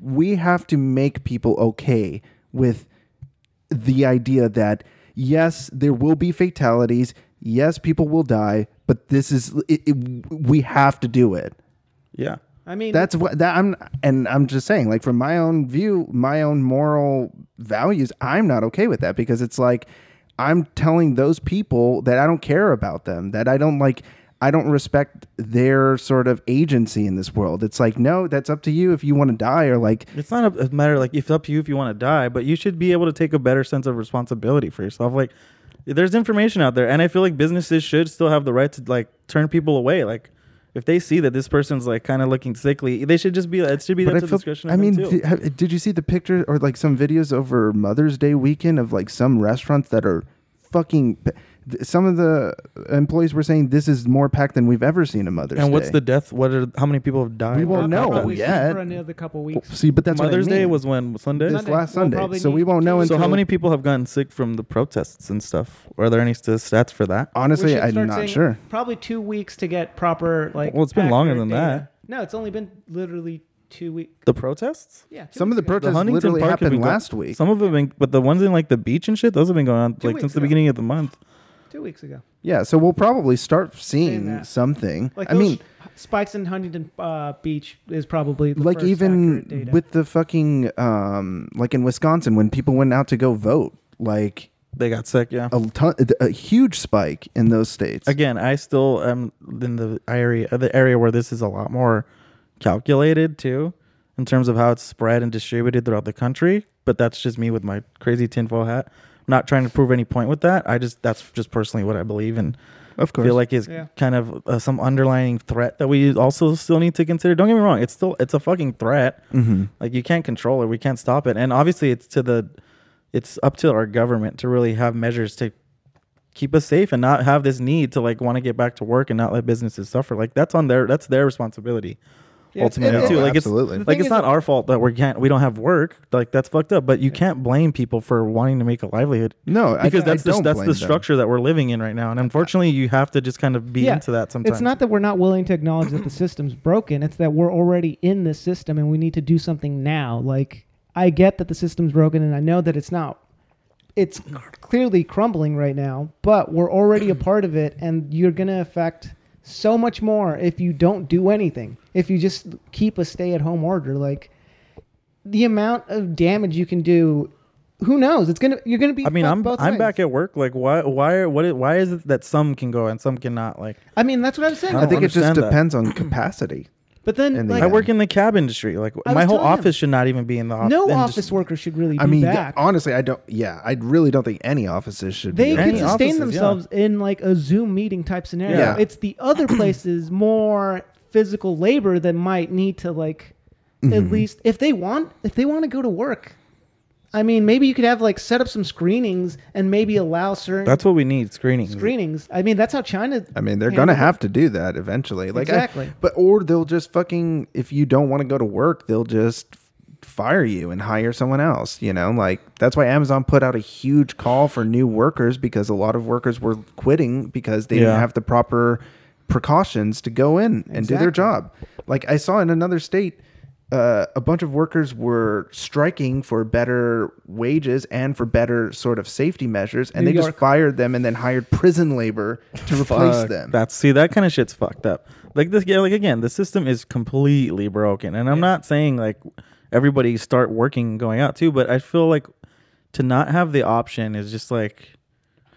we have to make people okay with the idea that yes, there will be fatalities. Yes, people will die, but this is it, it, we have to do it. yeah. I mean, That's what that I'm and I'm just saying like from my own view, my own moral values, I'm not okay with that because it's like I'm telling those people that I don't care about them, that I don't like I don't respect their sort of agency in this world. It's like no, that's up to you if you want to die or like It's not a, a matter like if it's up to you if you want to die, but you should be able to take a better sense of responsibility for yourself. Like there's information out there, and I feel like businesses should still have the right to like turn people away. Like if they see that this person's like kind of looking sickly, they should just be. It should be but that's I the feel, discretion. Of I mean, them too. di- ha- did you see the picture or like some videos over Mother's Day weekend of like some restaurants that are fucking pa- th- some of the employees were saying this is more packed than we've ever seen a Mother's Day. and what's the death? What are how many people have died? We won't know probably yet. for another couple weeks. See, but that's Mother's what I mean. Day was when Sunday. this Sunday. last We'll Sunday, probably so we need- won't know so until how many people have gotten sick from the protests and stuff? Are there any st- stats for that? We Honestly, should I'm start not saying sure. Probably two weeks to get proper like. Well, it's been longer accurate than data. that. No, it's only been literally two weeks. The protests. Yeah, two Some of the weeks ago. protests Huntington literally Park has been happened going- last week. Some of them, have been, but the ones in like the beach and shit, those have been going on like weeks since the ago. beginning of the month. two weeks ago. Yeah, so we'll probably start seeing that. something. Like I those mean, spikes in Huntington uh, Beach is probably the like first accurate even data. with the fucking um, like in Wisconsin when people went out to go vote, like They got sick. Yeah. a ton, a huge spike in those states. again i still am in the area uh, the area where this is a lot more calculated too in terms of how it's spread and distributed throughout the country but that's just me with my crazy tinfoil hat I'm not trying to prove any point with that i just that's just personally what i believe in Of course. feel like is Yeah. kind of uh, some underlying threat that we also still need to consider don't get me wrong it's still it's a fucking threat Mm-hmm. like you can't control it we can't stop it and obviously it's to the it's up to our government to really have measures to keep us safe and not have this need to like want to get back to work and not let businesses suffer. Like that's on their that's their responsibility. Yeah, it's- ultimately it- too. it- like absolutely. it's The like thing it's is- not our fault that we can't we don't have work. Like that's fucked up. But you can't blame people for wanting to make a livelihood. No, I- because I that's the, don't that's blame the them. structure that we're living in right now. And unfortunately, you have to just kind of be into that sometimes. It's not that we're not willing to acknowledge that the system's broken. It's that we're already in this system and we need to do something now. Like I get that the system's broken and I know that it's not it's clearly crumbling right now, but we're already a part of it and you're going to affect so much more if you don't do anything. If you just keep a stay-at-home order like the amount of damage you can do who knows? It's gonna. You're gonna be. I mean, fucked I'm both I'm ways. back at work. Like, why why are- what is- why is it that some can go and some cannot? Like, I mean, that's what I'm saying. I I think it just understand that. depends on capacity. but then, in the like, I work in the cab industry. Like, I my was whole telling him, office should not even be in the office. no office worker should really. Be Uh, I mean, back. honestly, I don't. Yeah, I really don't think any offices should. they be could Any sustain offices, yeah. themselves in like a Zoom meeting type scenario. Yeah. It's the <clears throat> other places more physical labor that might need to like Mm-hmm. at least if they want if they want to go to work. I mean, maybe you could have like set up some screenings and maybe allow certain That's what we need screenings. screenings. I mean, that's how China. I mean, they're gonna handled it. have to do that eventually. Like I- Exactly. but or they'll just fucking if you don't want to go to work, they'll just fire you and hire someone else. You know, like that's why Amazon put out a huge call for new workers because a lot of workers were quitting because they didn't Yeah. have the proper precautions to go in and do their Exactly. job. Like I saw in another state, uh, a bunch of workers were striking for better wages and for better sort of safety measures, and New they York. just fired them and then hired prison labor to replace Fuck, them. That's see that kind of shit's fucked up. Like this, yeah. Like again, the system is completely broken, and I'm not saying like everybody start working going out too, but I feel like to not have the option is just like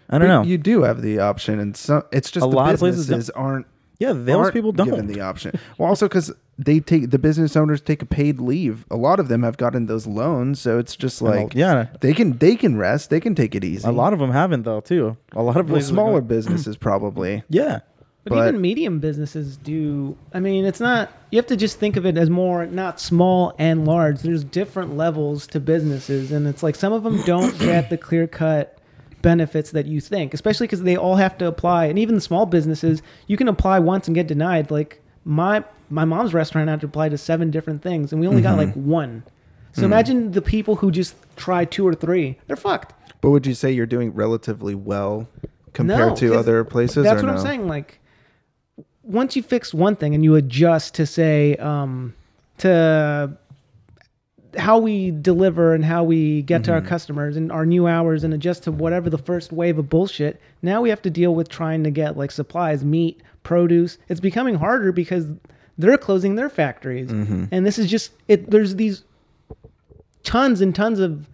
I don't But know. You do have the option, and some it's just A the lot of places businesses aren't. yeah, those aren't people given don't. the option. Well, also because they take the business owners take a paid leave. A lot of them have gotten those loans, so it's just like yeah. they can they can rest, they can take it easy. a lot of them haven't though too. A lot of well, places are smaller going- <clears throat> businesses probably. yeah. But, But- even medium businesses do. I mean, it's not. You have to just think of it as more not small and large. There's different levels to businesses, and it's like some of them don't get the clear cut benefits that you think, especially because they all have to apply. And even the small businesses, you can apply once and get denied. Like my my mom's restaurant had to apply to seven different things, and we only got like one. So imagine the people who just try two or three. They're fucked. But would you say you're doing relatively well compared No, to 'cause other places? That's or what no? I'm saying. Like, once you fix one thing and you adjust to say um, to how we deliver and how we get to our Mm-hmm. customers and our new hours and adjust to whatever the first wave of bullshit. Now we have to deal with trying to get like supplies, meat, produce. It's becoming harder because they're closing their factories, Mm-hmm. and this is just it. There's these tons and tons of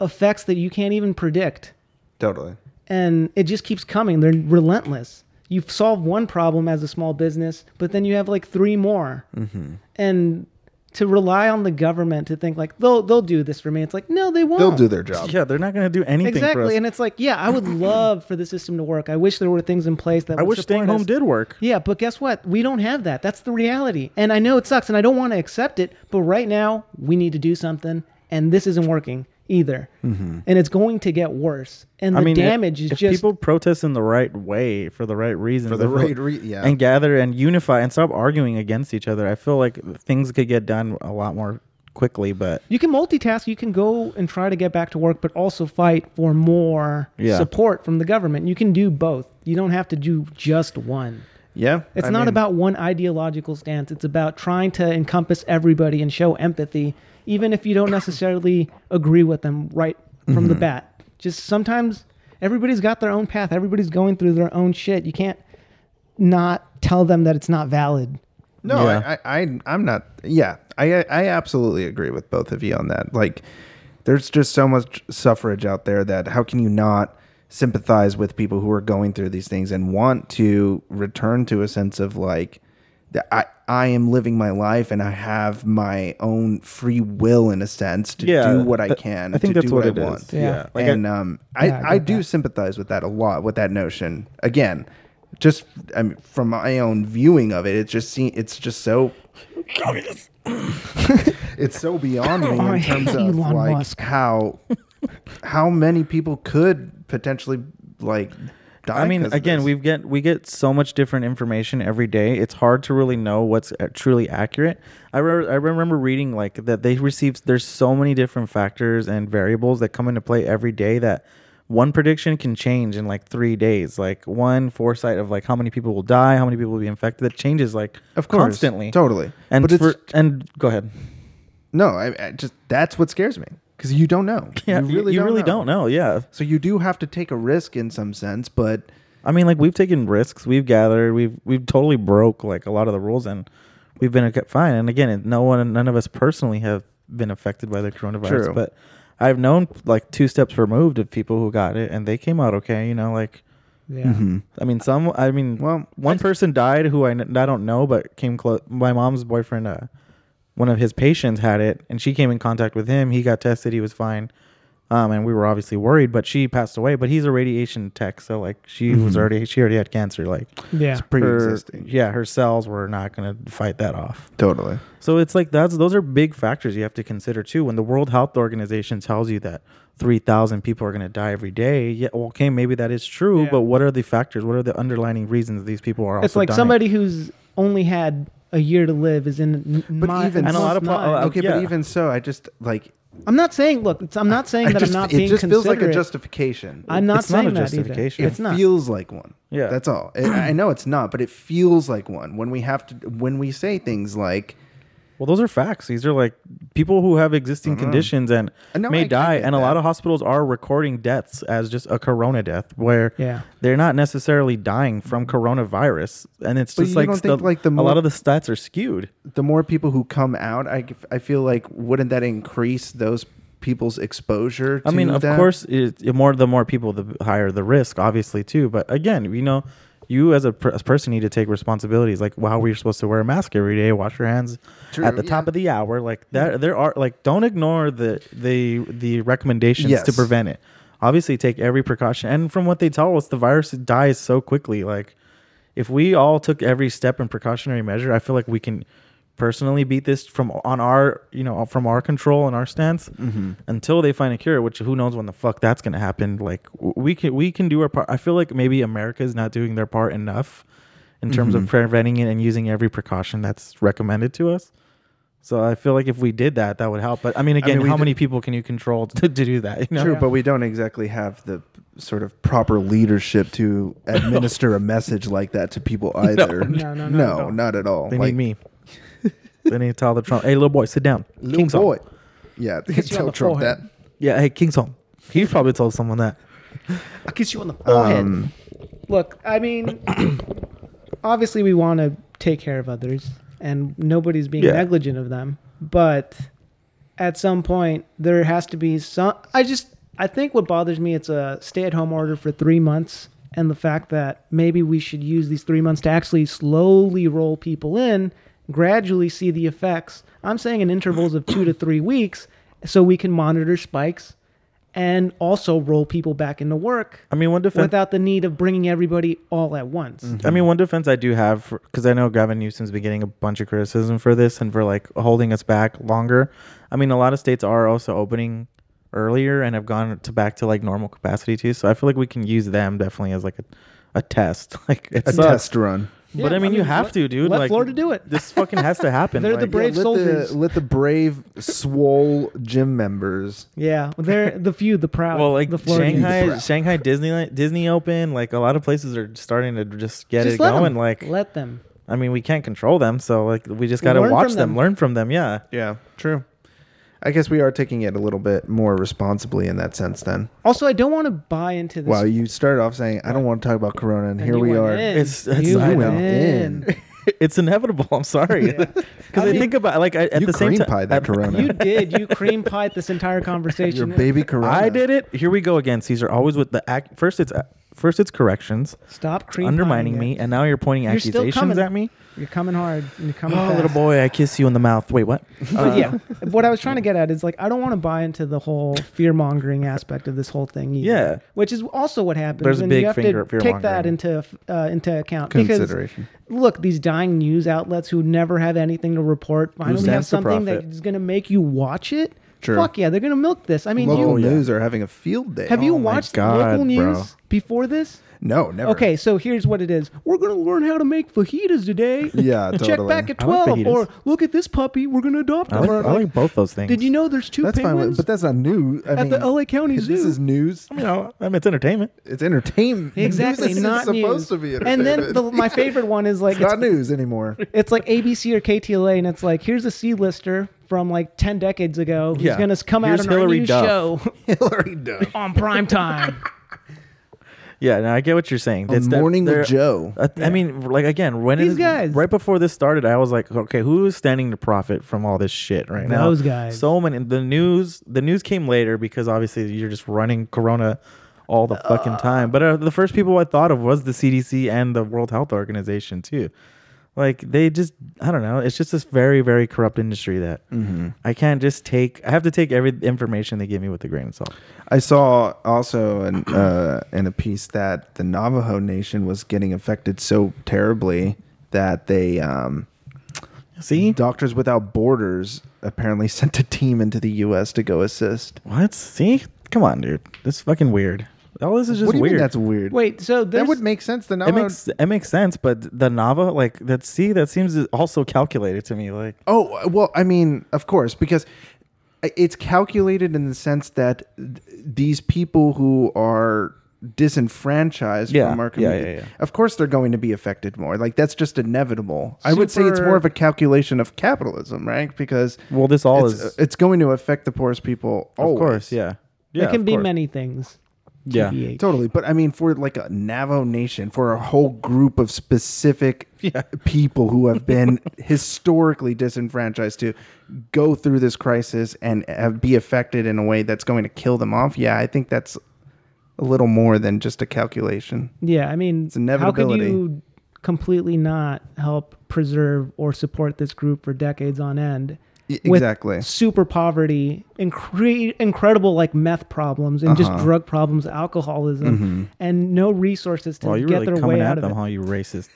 effects that you can't even predict Totally. and it just keeps coming. They're relentless. You solve one problem as a small business, but then you have like three more. Mm-hmm. And to rely on the government to think like they'll they'll do this for me, it's like no, they won't. They'll do their job. Yeah, they're not gonna do anything. For us. exactly. And it's like yeah, I would <clears throat> love for the system to work. I wish there were things in place that I would wish support staying home us. did work. Yeah, but guess what? We don't have that. That's the reality. And I know it sucks and I don't want to accept it, but right now we need to do something and this isn't working either. And it's going to get worse. And the Mm-hmm. I mean, if- damage is if just people protest in the right way for the right reasons, For the I feel- right re- yeah. and gather and unify and stop arguing against each other. I feel like things could get done a lot more quickly. But You can multitask. You can go and try to get back to work, but also fight for more Yeah. support from the government. You can do both. You don't have to do just one. Yeah. It's I not mean, about one ideological stance. It's about trying to encompass everybody and show empathy, even if you don't necessarily agree with them right from the Mm-hmm. bat. Just sometimes everybody's got their own path. Everybody's going through their own shit. You can't not tell them that it's not valid. No, Yeah. I, I, I'm not. Yeah, I, I absolutely agree with both of you on that. Like, there's just so much suffrage out there that how can you not sympathize with people who are going through these things and want to return to a sense of like that I, I am living my life and I have my own free will in a sense to yeah, do what I that- can. I think to that's do what, I it is. want Yeah, Yeah. Like I- and um, I, Yeah, I I, get do that. sympathize with that a lot with that notion. Again, just I mean, from my own viewing of it, it just seem, it's just so <laughs> it's so beyond me I in hate terms of Elon like Musk. how how many people could potentially like die. I mean, 'cause of again, this. we get we get so much different information every day. It's hard to really know what's uh, truly accurate. I re- I remember reading like that they receive there's so many different factors and variables that come into play every day that one prediction can change in like three days. Like one foresight of like how many people will die, how many people will be infected. That changes like of course constantly, totally. And but for, it's and go ahead. no, I, I just that's what scares me because you don't know. Yeah, you really, you don't, really don't know. Yeah. So you do have to take a risk in some sense, but I mean, like we've taken risks, we've gathered, we've we've totally broke like a lot of the rules, and we've been okay- fine. And again, it- no one, none of us personally have been affected by the coronavirus, True. but I've known like two steps removed of people who got it, and they came out okay. You know, like Yeah. Mm-hmm. I mean, some, I mean, Well, one person died who I, kn- I don't know, but came close. My mom's boyfriend, uh, one of his patients had it, and she came in contact with him. He got tested, he was fine. Um, and we were obviously worried, but she passed away. But he's a radiation tech, so like she was already, she already had cancer. Like, Yeah. her, pre-existing. yeah, her cells were not gonna fight that off. Totally. So it's like that's those are big factors you have to consider too. When the World Health Organization tells you that three thousand people are going to die every day, yeah, well, okay, maybe that is true. Yeah. But what are the factors? What are the underlining reasons these people are? Also it's like dying? somebody who's only had a year to live is in. N- But my, even in And a lot month of pla- nine. uh, okay, but yeah. even so, I just like I'm not saying. Look, it's, I'm not saying I that just, I'm not it being just feels like a considerate. justification. I'm not It's not saying a that justification. Either. it It's not. feels like one. Yeah. that's all. I I know it's not, but it feels like one when we have to when we say things like Well, those are facts. These are like people who have existing conditions and Uh, no, may I- I die. get and a that. lot of hospitals are recording deaths as just a corona death, where Yeah. they're not necessarily dying from coronavirus. And it's But just you like, don't think, the- like, the a more- lot of the stats are skewed. the more people who come out, I, I feel like wouldn't that increase those people's exposure? To I mean, of that? course, it, it more the more people, the higher the risk, obviously too. But again, you know, you as a, per- as person need to take responsibilities. Like wow, we're supposed to wear a mask every day, wash your hands True, at the yeah. top of the hour. Like that, there are like don't ignore the the the recommendations to Yes. prevent it. Obviously, take every precaution. And from what they tell us, the virus dies so quickly. Like if we all took every step and precautionary measure, I feel like we can personally beat this from on our you know from our control and our stance Mm-hmm. until they find a cure which who knows when the fuck that's going to happen like w- we can we can do our part i feel like maybe america is not doing their part enough in terms of Mm-hmm. preventing it and using every precaution that's recommended to us so i feel like if we did that that would help but i mean again mean, we how d- many people can you control <laughs> to, to do that you know True, but we don't exactly have the sort of proper leadership to administer a message like that to people either. No, no, no, no. not at all. they like, need me they need to tell the trump hey little boy sit down Little King song. boy. <laughs> Yeah, Hits you on tell the Trump that. forehead. yeah hey king song he probably told someone that I'll kiss you on the forehead. Look, I mean, obviously we want to take care of others, and nobody's being Yeah. negligent of them. But at some point, there has to be some. I just, I think what bothers me, it's a stay-at-home order for three months, and the fact that maybe we should use these three months to actually slowly roll people in, gradually see the effects. I'm saying in intervals of two to three weeks, so we can monitor spikes. And also roll people back into work i mean one defense without the need of bringing everybody all at once. I mean, one defense I do have because I know Gavin Newsom's been getting a bunch of criticism for this and for like holding us back longer. I mean, a lot of states are also opening earlier and have gone to back to like normal capacity too. So I feel like we can use them definitely as like a, a test. <laughs> Like it A sucks. test run. but Yeah, I mean, I you mean, have let- to, dude. let like Florida do it. This fucking has <laughs> to happen. They're the like- brave let soldiers. The, let the brave, swole gym members. Yeah, well, they're the few, the proud. Well, like uh, the Florida Shanghai, Proud. Shanghai Disneyland, Disney open. Like a lot of places are starting to just get just it let going. them. Like, let them. I mean, we can't control them, so like we just gotta Learn watch from them, them. learn from <laughs> them. Yeah. Yeah, true. I guess we are taking it a little bit more responsibly in that sense. Then, Also, I don't want to buy into this. wow, you started off saying I don't want to talk about Corona, and, and here you we went are. in. It's- it's- You I went know. <laughs> in. it's inevitable. I'm sorry, <laughs> because I, mean- think about like I, at You the same cream time. pie that Corona. You did. You cream pied this entire conversation. <laughs> Your baby Corona. <laughs> I did it. Here we go again, Caesar. Always with the act. First, it's first it's corrections, Stop cream undermining me, pieing it. and now you're pointing You're still accusations coming. at <laughs> me. You're coming hard. and You're coming. Oh, fast. little boy, I kiss you in the mouth. <laughs> Wait, what? But yeah, what I was trying to get at is like I don't want to buy into the whole fear mongering aspect of this whole thing. Either, Yeah. which is also what happens. There's a and big you have finger at to take that fear-mongering. into uh, into account Consideration. Because, look, these dying news outlets who never have anything to report finally have stands to something that profit. is going to make you watch it. True. Fuck yeah, they're going to milk this. I mean, Local you, news are having a field day. have you Oh my watched God, local bro. news before this? No, never. Okay, so here's what it is. We're gonna learn how to make fajitas today. Yeah, Check totally. back at I like twelve, fajitas. or look at this puppy. We're gonna adopt I him. like, Or, I like both those things. did you know there's two That's fine, penguins with- but that's not news. I at mean, the LA County Zoo? this is news. You know, <laughs> I mean, it's entertainment. It's entertainment. exactly This is not supposed news. to be and entertainment. then the, my favorite one is like it's not it's, <laughs> news anymore. <laughs> it's like ABC or KTLA, and it's like here's a C-lister from like ten decades ago who's Yeah. gonna come Here's out on our Hillary new <laughs> Duff. show Hillary Duff. on prime time. Yeah, no, I get what you're saying. A It's that morning they're- with Joe. I, I mean, like again, when These it- guys. right before this started, I was like, okay, who's standing to profit from all this shit right now? Those guys. So many. The news. The news came later because obviously you're just running Corona all the fucking time. But uh, the first people I thought of was the CDC and the World Health Organization too. Like they just, I don't know. It's just this very, very corrupt industry that I can't just take. I have to take every information they give me with a grain of salt. I saw also an, uh, in a piece that the Navajo Nation was getting affected so terribly that they um, See Mm-hmm. Doctors Without Borders apparently <laughs> sent a team into the U.S. to go assist. what? See, come on, dude. This is fucking weird. All this is just what do you weird. mean that's weird? Wait, so this that would make sense. The it Navajo. makes it makes sense, but the Nava like that. See, that seems also calculated to me. Like Oh well, I mean, of course, because it's calculated in the sense that th- these people who are disenfranchised Yeah, from our yeah, yeah, community, yeah. of course, they're going to be affected more. Like that's just inevitable. I would say it's Super- more of a calculation of capitalism, right? Because Well, this all it's, is- it's going to affect the poorest people. of always. course, yeah, yeah. it can of be course. many things. Yeah. TBH. Totally, but I mean, for like a Navajo nation, for a whole group of <laughs> specific people who have been historically disenfranchised to go through this crisis and uh, be affected in a way that's going to kill them off. Yeah, I think that's a little more than just a calculation. Yeah, I mean, it's inevitability. How could you completely not help preserve or support this group for decades on end? E-, Y- with exactly. super poverty, incre- incredible like meth problems and Uh-huh. just drug problems, alcoholism, and no resources to Mm-hmm. Well, you're get really their coming way at out of them, it. huh? You <laughs> racist.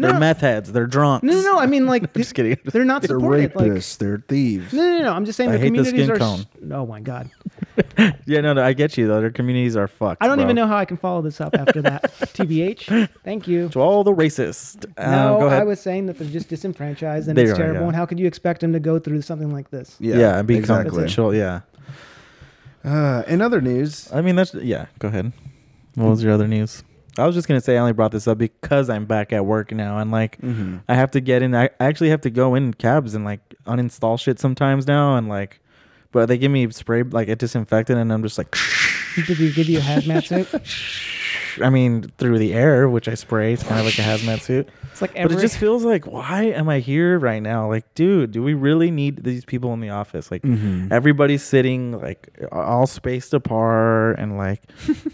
They're meth heads. They're drunks. No, no, no. I mean, like, <laughs> just kidding. they're not They're supported. Like, rapists. they're thieves. no, no, no. I'm just saying I their hate the communities skin are. cone. s- oh my <laughs> god, Yeah, no, no. I get you though. Their communities are fucked. I don't bro. even know how I can follow this up after <laughs> that. Tbh. Thank you. To all the racists. Uh, No, go ahead. I was saying that they're just disenfranchised and They it's are, terrible. yeah. And how could you expect them to go through something like this? yeah, and become exactly. chill. Yeah. Uh, in other news, I mean, that's yeah. Go ahead. What was your other news? I was just gonna say I only brought this up because I'm back at work now, and like I have to get in. I I actually have to go in cabs and like uninstall shit sometimes now, and like, but they give me spray like a disinfectant, and I'm just like, Did you give you a hazmat suit? <laughs> I mean, through the air, which I spray. It's kind of like a hazmat suit. It's like But every. it just feels like, why am I here right now? Like, dude, do we really need these people in the office? Like, everybody's sitting like all spaced apart, and <laughs> like,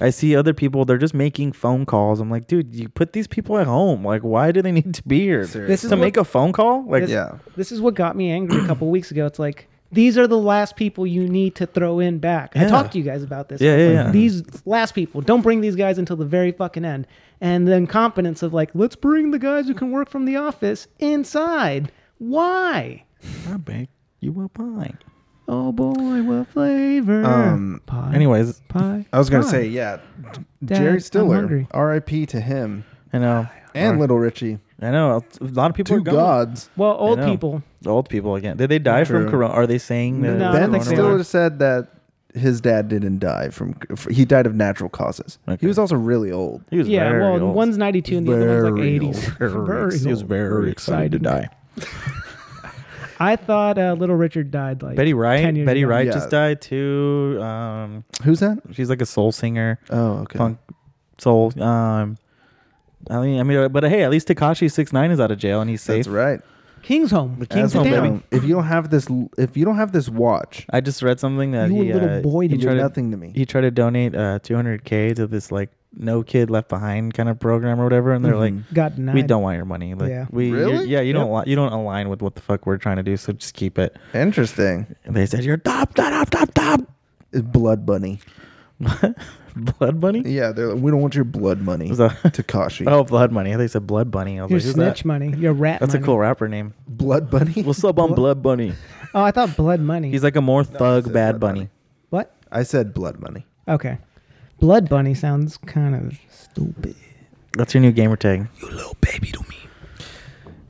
I see other people; they're just making phone calls. I'm like, dude, you put these people at home. Like, why do they need to be here? This is to what- make a phone call? Like, this, yeah. This is what got me angry a couple weeks ago. It's like these are the last people you need to throw in back. I Yeah. talked to you guys about this. Yeah, It's yeah, like, yeah. These last people. Don't bring these guys until the very fucking end. And the incompetence of like, let's bring the guys who can work from the office inside. Why? I bake you a pie. Oh boy, what flavor? Um, pie. Anyways, pie. Uh, I was going to pie. say, yeah, Dad, I'm Jerry Stiller, hungry. R.I.P. to him, I know, and Little Richie, I know. A lot of people two are gone. gods. Well, old know. people. Old people again. Did they die from True. corona? Are they saying that? No, I don't ben think so. Stiller said that his dad didn't die from he died of natural causes. He Okay. was also really old. He was Yeah, very well, old. one's 92 and the other one's like Very 80s. <laughs> Very Very ex- he was old. very, excited to die. I thought uh, Little Richard died like Betty 10 Wright. years Betty ago. Wright Yeah. just died too. Um, Who's that? she's like a soul singer, Oh, okay. punk soul. Um, I mean, I mean, but uh, hey, at least Takashi six nine is out of jail and he's safe. That's right. King's Home. The King's As of Home, baby. now, If you don't have this, if you don't have this watch, I just read something that You were he, a little uh, boy he to do tried nothing to me. He tried to donate uh, 200k to this like no kid left behind kind of program or whatever, and they're like, Got denied. we don't want your money. Like, Mm-hmm. Yeah. we, you're- Really? Yeah, you don't. Li- you don't align with what the fuck we're trying to do, so just keep it. interesting, And they said you're top, top, top, top, top. is blood bunny. <laughs> Blood Bunny. Yeah, they're like, we don't want your blood money, Was that- Takashi. Oh, Blood Money. I think said Blood Bunny. I was Your like, who's snitch that? money. Your rat That's a money. cool rapper name. <laughs> blood bunny. What's up on Blood Bunny? Oh, I thought blood money. He's like a more thug said bad Blood bunny. what? I said blood money. Okay. Blood bunny sounds kind of stupid. That's your new gamer tag. You little baby to me.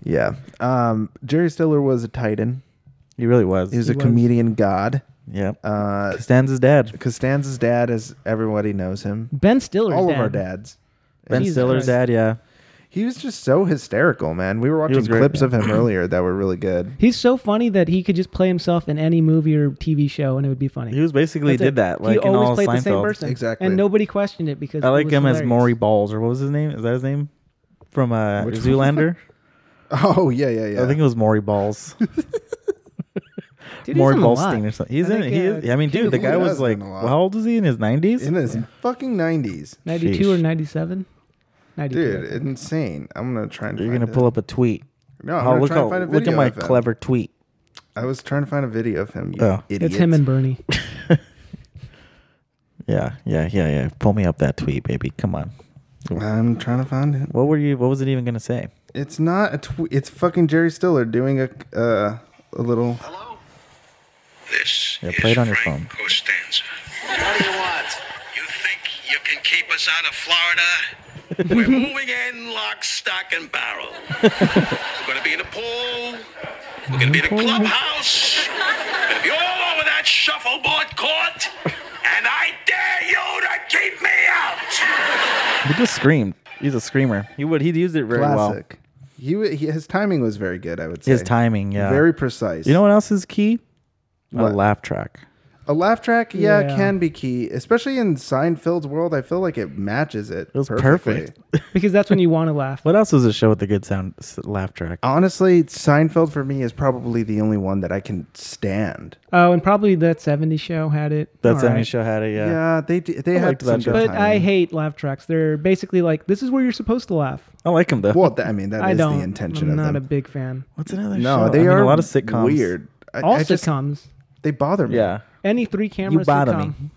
Yeah. Um, Jerry Stiller was a titan. He really was. He was a was. comedian god. yeah. Uh, Stan's dad. Costanza's dad is everybody knows him. Ben Stiller's All dad. of our dads. Ben Jesus Stiller's Christ. dad. Yeah. He was just so hysterical, man. We were watching was great, clips yeah. of him earlier that were <laughs> really good. He's so funny that he could just play himself in any movie or TV show and it would be funny. He was basically That's did it. that he like in always all played Seinfeld. the same person. Exactly. And nobody questioned it because I it like was him as hilarious. Maury Balls or what was his name? Is that his name? From uh, Which one? Zoolander. Oh yeah, yeah, <laughs> yeah. I think it was <laughs> Maury Balls. Dude, he's Maury in a lot. Ballstein or something. He's I in. think, he uh, is. I mean, dude, the He guy has was like, been a lot. how old is he? In his nineties. in his fucking nineties, 92 or Sheesh. 97? 92. dude. Insane. I'm gonna try and. You're find gonna pull it. up a tweet. No, I'm Oh, gonna look, try and how- find a look video at my of him. clever tweet. I was trying to find a video of him. You Oh. idiot. It's him and Bernie. Yeah, yeah, yeah, yeah. Pull me up that tweet, baby. Come on. I'm trying to find it. What were you? What was it even gonna say? It's not a. Tw- it's fucking Jerry Stiller doing a uh, a little. Hello? Yeah, play it on your phone. Costanza. What do you want? You think you that can keep us out of <laughs> Florida, we're moving in lock, stock, and barrel. we're going to be in the pool. We're going to be in the clubhouse. And if you're all over that shuffleboard court, and I dare you to keep me out. He just screamed. He's a screamer. He would. He used it very well. Classic. He, wa- he his timing was very good. I would say His timing, yeah. very precise. You know what else is key? What? A laugh track. a laugh track, yeah, Yeah. can be key, especially in Seinfeld's world. I feel like it matches it. It was perfect. <laughs> because that's when you want to laugh. What else is a show with a good sound s- laugh track? Oh, Honestly, Seinfeld for me is probably the only one that I can stand. Oh, and probably that '70s show had it. That's All any right. show had it. Yeah, Yeah. they d- they had liked that some good show. But I timing. hate laugh tracks. They're basically like this is where you're supposed to laugh. I like him though. Well, th- I mean that is I don't. the intention I'm of not them. a big fan. What's another show? no, I they mean, are a lot of sitcoms. Weird. I, All I just- sitcoms, they bother me. Yeah. any three cameras bother sitcom. me.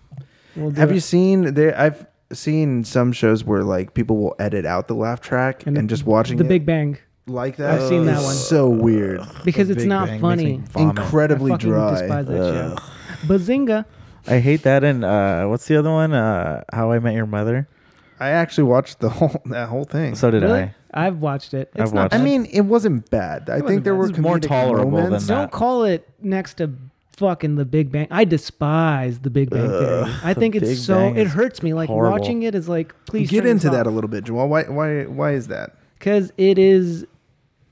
will do Have it. you seen there? I've seen some shows where like people will edit out the laugh track and, And just watching The it Big Bang? like that. I've seen is that one. So weird, Because The it's Big not Bang makes funny. me vomit. I incredibly fucking dry. despise that show. Bazinga. I hate that. And uh, what's the other one? Uh, How I Met Your Mother. I actually watched the <laughs> whole that whole thing. So did Really? I. I've watched it. It's I've not watched I bad. it. mean, it wasn't bad. I think there were bad. It's more comedic tolerable than moments. that. Don't call it next to fucking the Big Bang. I despise the Big Bang Theory. I think Big it's so Bang it is hurts me. Like horrible. watching it is like please Get into that a little bit, Joel. Why why why is that? because it is.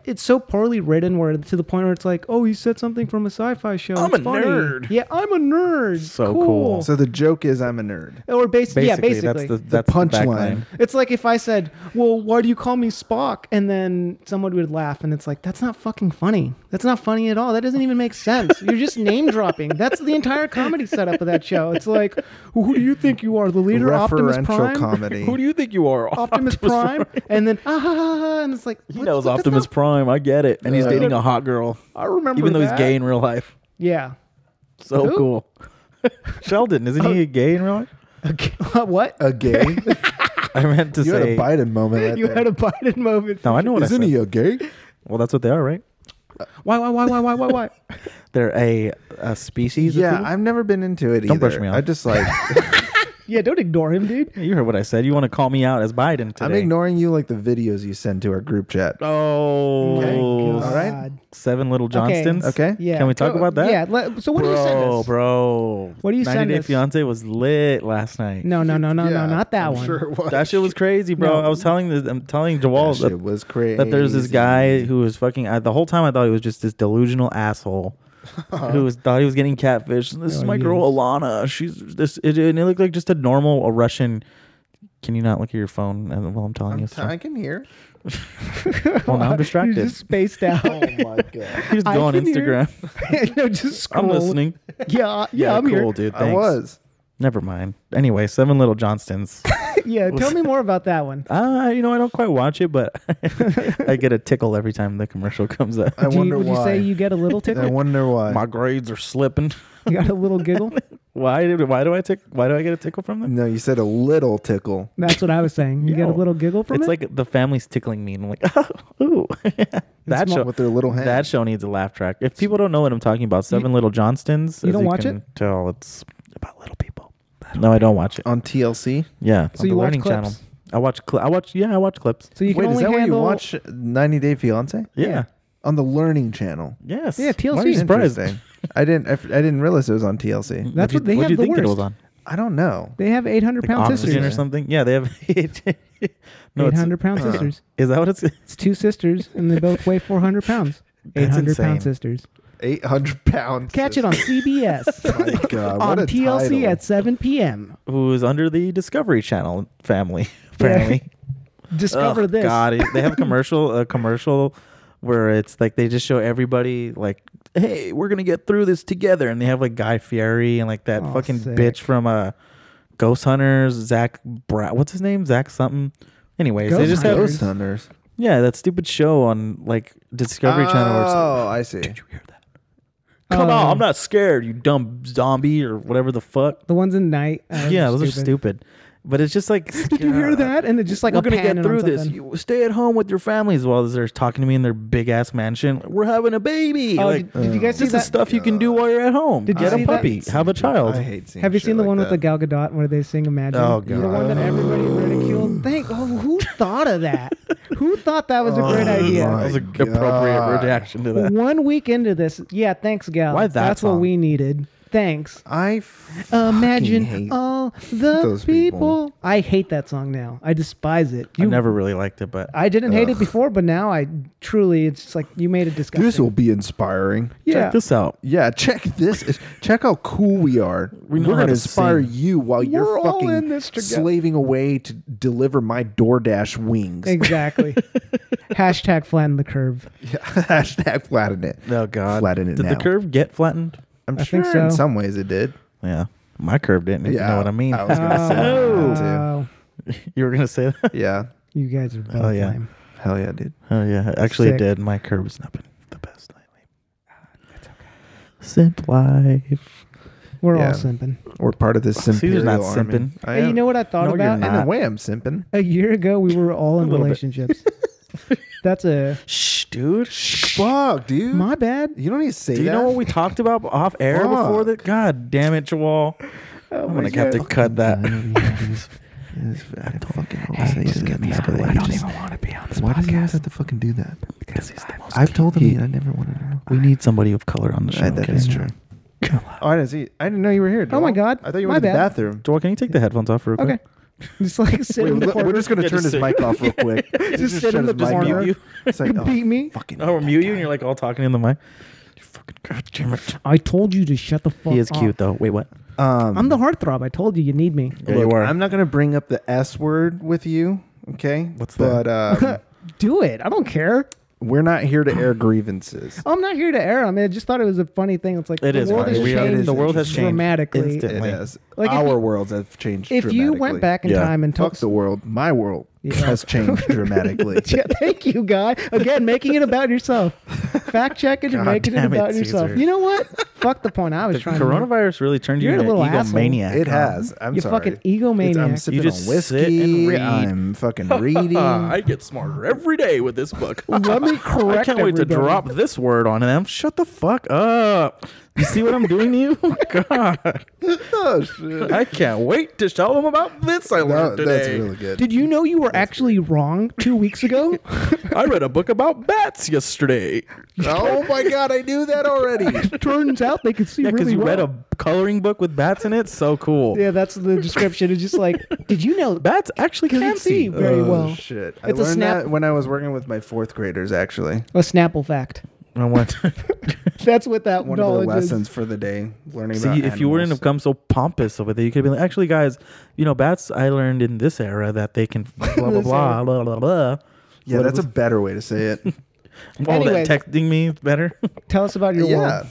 It's so poorly written, where to the point where it's like, oh, you said something from a sci-fi show. I'm a nerd. Yeah, I'm a nerd. So cool. cool. So the joke is I'm a nerd. or basically, yeah, Basically, basically, that's the that's punchline. backline. It's like if I said, "Well, why do you call me Spock?" and then someone would laugh, and it's like, "That's not fucking funny. That's not funny at all. That doesn't even make sense. You're just name dropping. That's the entire comedy setup of that show. It's like, well, who do you think you are, the leader, Optimus Referential Prime?" <laughs> comedy. Who do you think you are? <laughs> Optimus, Prime, and then ah, ha, ha, ha, and it's like He knows Optimus Prime. I get it. And he's dating a hot girl, I remember even though he's that. gay in real life. Yeah, So Who? <laughs> cool. Sheldon, isn't he gay in real life? <laughs> what? <laughs> A gay? I meant to you had say. a Biden moment. Right you there. had a Biden moment. no, I know what Isn't I said. he a gay? Well, that's what they are, right? Why? Why? Why? Why? Why? Why? Why? They're a, a species. <laughs> of Yeah, people? I've never been into it either. Don't brush me off. I just like <laughs> yeah, don't ignore him, dude. You heard what I said. You want to call me out as Biden today? I'm ignoring you like the videos you send to our group chat. Oh, All right. seven little Johnstons. Okay. Yeah. Can we talk Go- about that? Yeah. let- so what do you send Bro, us? bro. What do you 90 send Day us? Fiance was lit last night. No, no, no, no, no, Yeah, not that I'm one. <laughs> Sure it was. that shit was crazy, bro. No. I was telling the, I'm telling Jawal That that, shit was crazy. that there's this guy who was fucking. I, the whole time I thought he was just this delusional asshole. who was thought he was getting catfish? This is Oh, my girl Alana. She's this, it, and it looked like just a normal a Russian. Can you not look at your phone uh, while I'm telling you? I'm t- stuff? I can hear. well, <laughs> now I'm You're distracted. just spaced <laughs> out. <laughs> my god. You just I go on can hear- <laughs> Instagram. no, just scroll. I'm listening. Yeah, uh, yeah, I'm cool, here. dude. Thanks. <laughs> I was. Never mind. Anyway, Seven Little Johnstons. <laughs> Yeah, tell me more about that <laughs> one. Ah, you know, I don't quite watch it, but <laughs> I get a tickle every time the commercial comes up. I Do you, wonder would why. you say you get a <laughs> little I tickle? wonder why. My grades are slipping. you got a little giggle? Why did? Why do I tick? Why do I get a tickle from them? no, you said a little tickle. That's what I was saying. You get No. a little giggle from It's it? like the family's tickling me, and I'm like, <laughs> oh, ooh. that more show with their little hand. That show needs a laugh track. If people don't know what I'm talking about, Seven Little Johnstons. you as don't watch can it? Tell it's about little people. No, I don't watch it. on TLC. Yeah, Oh. So on you the watch Learning clips? Channel. I watch. Cl- I watch. Yeah, I watch clips. so you can Wait, is only that where you handle watch 90 Day Fiance? yeah. On the Learning Channel. Yes. Yeah, TLC. Why are you surprised? Interesting. I didn't. I, f- I didn't realize it was on TLC. That's what What'd they have you- what'd you the think worst. It was on? I don't know. They have 800 Like pound Oxygen or sisters. something? Yeah, they have. <laughs> no, it's, 800 pound sisters. is that what it's? <laughs> It's two sisters, and they both weigh 400 pounds. That's 800 pound insane. sisters. Eight hundred pounds. Catch it on <laughs> CBS <laughs> My God, on what a TLC title. at 7 p.m. Who is under the Discovery Channel family? <laughs> Apparently, Discover Ugh, this. God, it- they <laughs> have a commercial. A commercial where it's like they just show everybody like, "Hey, we're gonna get through this together," and they have like Guy Fieri and like that Oh, fucking sick. bitch from uh, Ghost Hunters, Zach. Bra- What's his name? Zach something. Anyways, they Ghost just have Ghost Hunters. yeah that stupid show on like Discovery Channel. Where it's Oh, like, I <laughs> see. Come Um, on, I'm not scared, you dumb zombie or whatever the fuck. The ones in night. uh, Yeah, those are stupid. But it's just like <laughs> Did you hear that? And it just like we're a gonna pan get in on through this. something. You stay at home with your families while they're talking to me in their big ass mansion. We're having a baby. Oh, like did, did you guys this see is that? stuff you can do while you're at home. Did you get see a that? puppy, have a child. I hate seeing Have you seen shit the like one with the that. Gal Gadot where they sing Imagine? Oh, The God. one that everybody ridiculed. Thank. Oh, who thought of that? who thought that was a great <laughs> That idea? was an appropriate reaction to that. One week into this, yeah. Thanks, Gal. Why that That's what song? we needed. Thanks. I f- Imagine hate all the those people. people. I hate that song now. I despise it. I You, never really liked it, but I didn't hate it before, but now I truly. It's just like you made it disgusting. <laughs> this will be inspiring. yeah. check this out. Yeah, check this. <laughs> Check how cool we are. We are know how gonna to inspire sing. you while We're you're all fucking in this together. slaving away to deliver my DoorDash wings. Exactly. Hashtag flatten the curve. <laughs> Hashtag flatten it. Oh God, flatten it Did now. the curve get flattened? I'm I sure think in so. some ways it did. Yeah, my curve didn't. If you know what I mean. I was Ah. gonna say that too. Oh, you were gonna say that. <laughs> Yeah. you guys are both Oh, yeah. lame. Hell yeah, dude. Oh yeah, actually Sick. Ah, it did. My curve has not been the best lately. That's okay. Simp life. We're Yeah. all simping. We're part of this simperial Caesar's not army. simping. I Hey, you am. know what I thought No, you're about? not. In a way, I'm simping. A year ago, we were all in relationships. That's a Shh, dude. Fuck, dude. my bad. <laughs> you don't need to say Do you that. know what we talked about off air before that? God damn it, Jawal. I'm gonna have to cut that. <laughs> Hey, just get me out of I don't even want to be on this Why do you guys have to fucking do that? I've told him I never wanted him. we need somebody of color on the show. That is true. Oh, I didn't see. I didn't know you were here. Oh my Joel. God. I thought you My went to the bad. bathroom. Joel, can you take the headphones off real quick? <laughs> Okay. Just like sit in the We're, corner. we're just gonna Yeah, turn his just sit. mic <laughs> off real quick. Just sit in shut the his mic corner. off. You- It's like, You oh, beat me. Fucking Oh, or mute you and you're like all talking in the mic. You fucking God damn it. I told you to shut the fuck. He is up. cute though. Wait, what? um, I'm the heartthrob. I told you you need me. Yeah, you look, are. I'm not gonna bring up the S word with you, okay? What's <laughs> but, um, Do it. I don't care. we're not here to Oh. air grievances. I'm not here to air. I mean, I just thought it was a funny thing. It's like It the is world funny. has We are- changed the world has changed dramatically. It instantly. is. Like, if Our you- worlds have changed. If you went dramatically. back in Yeah. time and took fuck the world, my world has changed dramatically. <laughs> Yeah, thank you, guy. Again, making it about yourself. Fact checking and God making it damn it, about yourself. Caesar. You know what? Fuck the point I was trying. to make. Coronavirus really turned you You're a into an little asshole. egomaniac. It huh? has. I'm You sorry. fucking It's- I'm egomaniac. sipping You just on whiskey. sit and read. I'm fucking <laughs> reading. Oh, I get smarter every day with this book. Mm. Let me correct. I can't wait to everybody. drop this word on them. Shut the fuck up. You see what I'm doing to you? <laughs> God. oh shit! I can't wait to tell them about this I No, learned that's today. really good. Did you know you were actually wrong two weeks ago? <laughs> I read a book about bats yesterday. <laughs> oh my god! I knew that already. Turns out they could see Yeah, because really you read well. a coloring book with bats in it. So cool. Yeah, that's the description. It's just like, did you know Bats actually Can can see see. very oh, well? Shit! It's a I learned snap- that when I was working with my fourth graders. Actually, A Snapple fact. I want- That's what that one of knowledge the lessons is. for the day, learning <laughs> see, about. if you wouldn't have animals. come so pompous with it, you could have been like, actually, guys, you know, bats, I learned in this era that they can blah, blah, blah, blah, blah, blah. yeah, What that's a was- better way to say <laughs> it. Oh, Anyways. that texting me is better. Tell us about your yeah, world.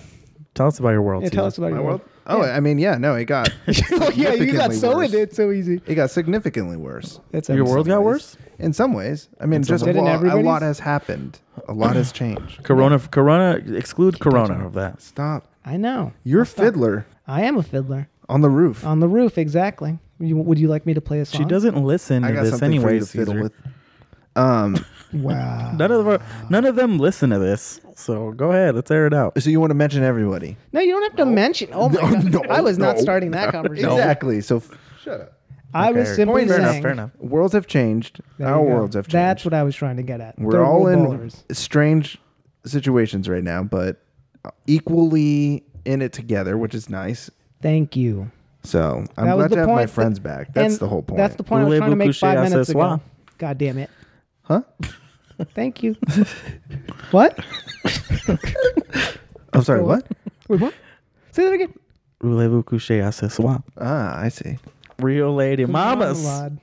tell us about your world. Yeah, tell Caesar. us about my your world. Oh, I mean, yeah. No, it got. <laughs> Oh, yeah, you got significantly so worse. into it so easy. It got significantly worse. That's Your episode. world got ways. worse? In some ways, I mean, just some ways. well, Didn't a lot everybody's? has happened. A lot has <clears throat> changed. Corona, Corona, exclude Corona of that. Stop. I know. You're a fiddler I am a fiddler on the roof. on the roof. Exactly. You, would you like me to play a song? She doesn't listen I to got this something for you to anyways. fiddle Caesar. with. Um, Wow. None of our, none of them listen to this. So go ahead, let's air it out. so you want to mention everybody? No, you don't have to mention. Oh <laughs> my god, I was not starting that conversation. Exactly. So f- shut up. I was Fair- simply fair saying. enough. Fair enough. Worlds have changed. There Our you go. worlds have changed. That's what I was trying to get at. We're They're all world in ballers. strange situations right now, but equally in it together, which is nice. Thank you. So I'm That was glad the to have my point that- friends back. That's and the whole point. That's the point I was Voulez-vous trying to make coucher five à ce minutes ago. soir? God damn it. Huh? Thank you. <laughs> what? <laughs> I'm Oh, sorry. What? Wait, what? Mm-hmm. Say that again. Voulez-vous coucher à ce soir? Ah, I see. <laughs> Real lady mamas. Marmalade.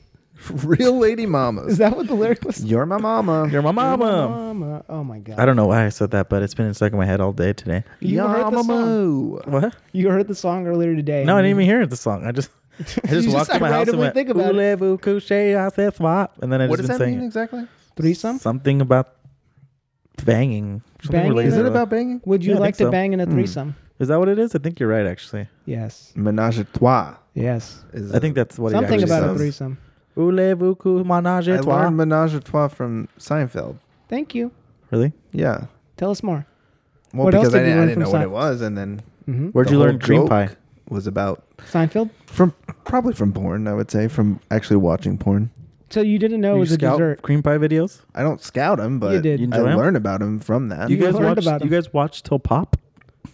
Real lady Is mamas. that what the lyric was? <laughs> You're my mama. You're my mama. Mama. Oh my god. I don't know why I said that, but it's been stuck in my head all day today. <laughs> You heard the song. Yamamoo. What? You heard the song earlier today. No, I didn't even hear the <laughs> song. I just, I You just just walked to my house randomly and went think about it. Voulez-vous coucher à ce soir? And then I What just does been that saying mean exactly? threesome. something about banging. Something Banging? related Is Is it to- about banging? Would you Yeah, I like think to so. Hmm. bang in a threesome? Is that what it is? I think you're right, actually. Yes. Menage a trois. Yes. Is I think that's what Something it about a sounds- threesome. Voulez-vous menage I a trois? learned menage a trois from Seinfeld. Thank you. Really? Yeah. Tell us more. Well, What else because I did you didn't, I learn didn't know from what Sein- it was, and then Where'd Hmm? the you whole learn cream joke pie? was about Seinfeld. from probably from porn. I would say from actually watching porn. So you didn't know it You was a scout dessert. cream pie videos? I don't scout him, but did. You I enjoy 'em? learned about him from that. You, guys learned watched? about You them. guys watched Till Pop?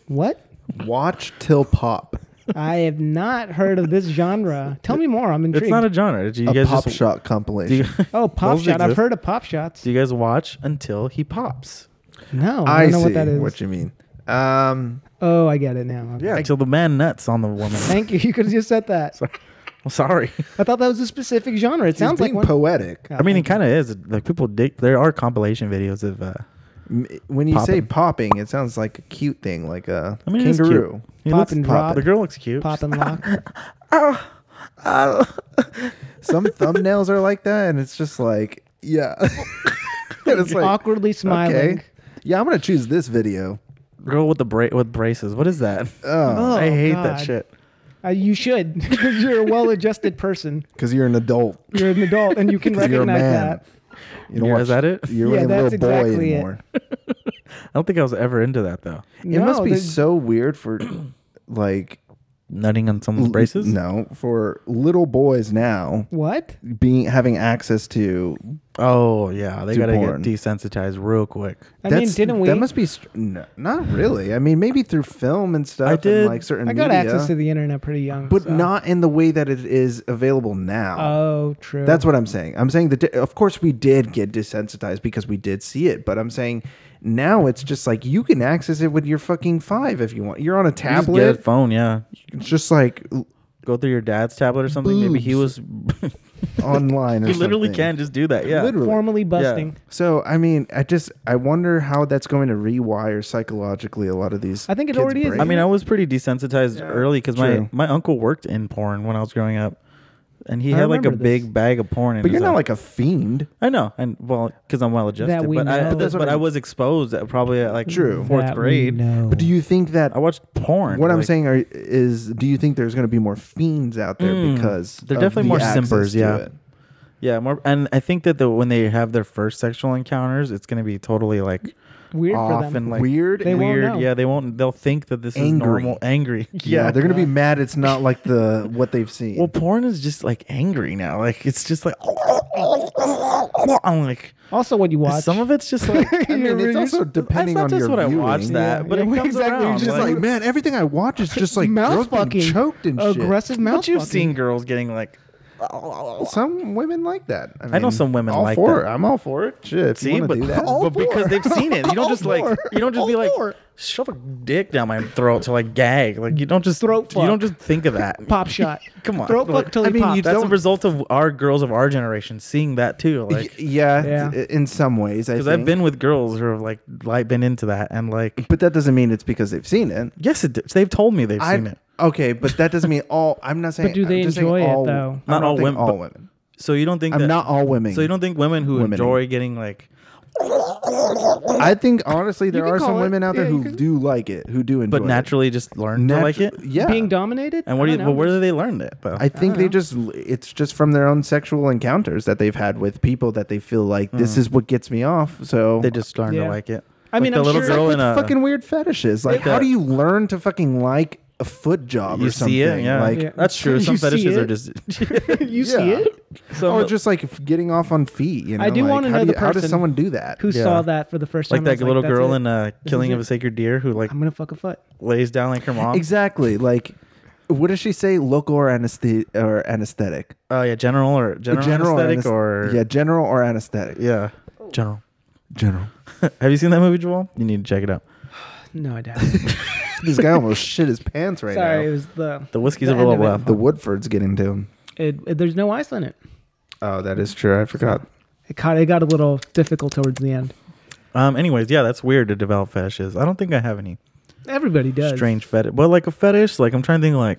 What? watch till pop. I have not heard of this genre. Tell me more. I'm intrigued. It's not a genre. Did you a guys pop just, shot Do you, <laughs> compilation. oh, pop Those shot. I've exist. heard of pop shots. do you guys watch until he pops? No, I, I, don't see know what that is. what you mean. Um, oh, I get it now. Okay. Until the man nuts on the <laughs> woman. <laughs> Thank you. <laughs> You could have just said that. I'm sorry. I thought that was a specific genre. It sounds he's like being one. poetic. Yeah, I mean, it thank you. kind of is. Like people dig. There are compilation videos of. Uh, M- When you say Poppin'. popping, it sounds like a cute thing, like a I mean, it's cute. kangaroo. he Pop looks- and drop. The girl looks cute. pop and lock. <laughs> Some thumbnails are like that, and it's just like, yeah, and it's like awkwardly smiling. okay, yeah. I'm gonna choose this video. girl with the bra- with braces. What is that? Oh, <laughs> I hate God. that shit. Uh, you should, <laughs> because you're a well-adjusted person. because you're an adult. You're an adult, and you can <laughs> 'Cause you're a recognize man. that. You don't Yeah, watch, is that it? You're Yeah, a that's little boy exactly it. anymore. I don't think I was ever into that though. It must be there's- so weird <clears throat> for like Nutting on someone's braces. No, for little boys now What? being having access to Oh yeah, they To gotta porn. get desensitized real quick. I mean, didn't we? That must be str- no, not really. I mean, maybe through film and stuff. I And did- like certain. I got media, access to the internet pretty young, but so- not in the way that it is available Uh, now. Oh, true. That's what I'm saying. I'm saying that of course we did get desensitized because we did see it, but I'm saying now it's just like you can access it with your fucking five if you want. You're on a You Just get a tablet. phone. Yeah. It's just like l- Go through your dad's tablet or something. Maybe he was. <laughs> online. Or you literally something. can just do that. Yeah. Literally. formally busting. So I mean, I just I wonder how that's going to rewire psychologically a lot of these. I think it kids' already is. brains. I mean, I was pretty desensitized early because my true. my uncle worked in porn when I was growing up, and he I had like a remember this. big bag of porn. In but his you're not house. like a fiend. I know, and well, because I'm well adjusted. we But know. I but, That's what but I I mean. was exposed at probably at like True. fourth That we grade. know. But do you think that I watched porn. what I'm like, saying are, is do you think there's going to be more fiends out there because They're of definitely the more access simpers, to yeah. it? Yeah, more, and I think that the, when they have their first sexual encounters, it's going to be totally like Weird for off them. and like Weird They and won't weird. know. Yeah, they won't. They'll think that this Angry. is normal. Angry. <laughs> Yeah, yeah. they're going to be mad. It's not like the what they've seen. well, porn is just like angry now. Like it's just like <laughs> I'm like also, what you watch? some of it's just <laughs> like I mean, you're it's also just- depending on that's not just your what I viewing. watch that, Yeah, but yeah, it comes exactly. You're around. It's just like, man, everything I watch is just like mouth girls being fucking choked and shit. aggressive mouth. but you've fucking. seen girls getting like Some women like that. I, know mean, some women all like for that. it. I'm all for it. Shit, if you See, wanna but, do <laughs> that. but because they've seen it, you don't just like four. you don't just be All like four. shove a dick down my throat to like gag. Like you don't just Throat You don't fuck. just think of that. pop shot. Come on. Throat fuck Like, till I he mean, pops. you That's a don't- result of our girls of our generation seeing that too. Y- Like yeah, Yeah. th- in some ways. I because I've think. been with girls who have like like been into that and like but that doesn't mean it's because they've seen it. yes, it, did. they've told me they've I seen it. okay, but that doesn't mean all. I'm not saying. do I'm they just saying enjoy it, all- though? I Not don't all think women, All but- women. So you don't think I'm that, not all women. So you don't think women who Women. enjoy getting like I think honestly, there can are some call it- women out there yeah, you who can- do like it, who do enjoy. but naturally just it. learn to like it. Natu- <laughs> Yeah. being dominated. And I where do you, don't well, know. where do they learn it though? I think they just it's just from their own sexual encounters that they've had with people that they feel like this is what gets me off. So Mm. they just learn Yeah. to like it. I Like mean, the I'm little sure- girl With in a fucking weird fetishes. Like, how that- do you learn to fucking like a foot job or <laughs> you something? see it, yeah. Like, Yeah. That's <laughs> true. You Some see fetishes it. are <laughs> just <laughs> you see Yeah. it? some or just like f- getting off on feet. You know, I do like, wanna how know do the you- How does person someone do that? Who Yeah. saw that for the first time? like that I was little that's girl it. <laughs> in uh, Killing is of it. a Sacred Deer who like I'm gonna fuck a foot. lays down <laughs> like her mom. Exactly. Like, what does she say? Local or anesthetic? Or anesthetic? Oh yeah, general or general, anesthetic anes- or yeah, general or anesthetic? yeah, general. general. <laughs> Have you seen that movie, Joel? You need to check it out. No, I <laughs> doubt. it. <laughs> This guy almost shit his pants right Sorry, it now. was the The whiskey's The a little end of it. rough. The Woodford's getting to him. it, it- There's no ice on it. Oh, that is true. I forgot. It caught. It got a little difficult towards the end. Um. Anyways, yeah, that's weird to develop fetishes. I don't think I have any Everybody does. strange fetish. But like a fetish, like I'm trying to think like.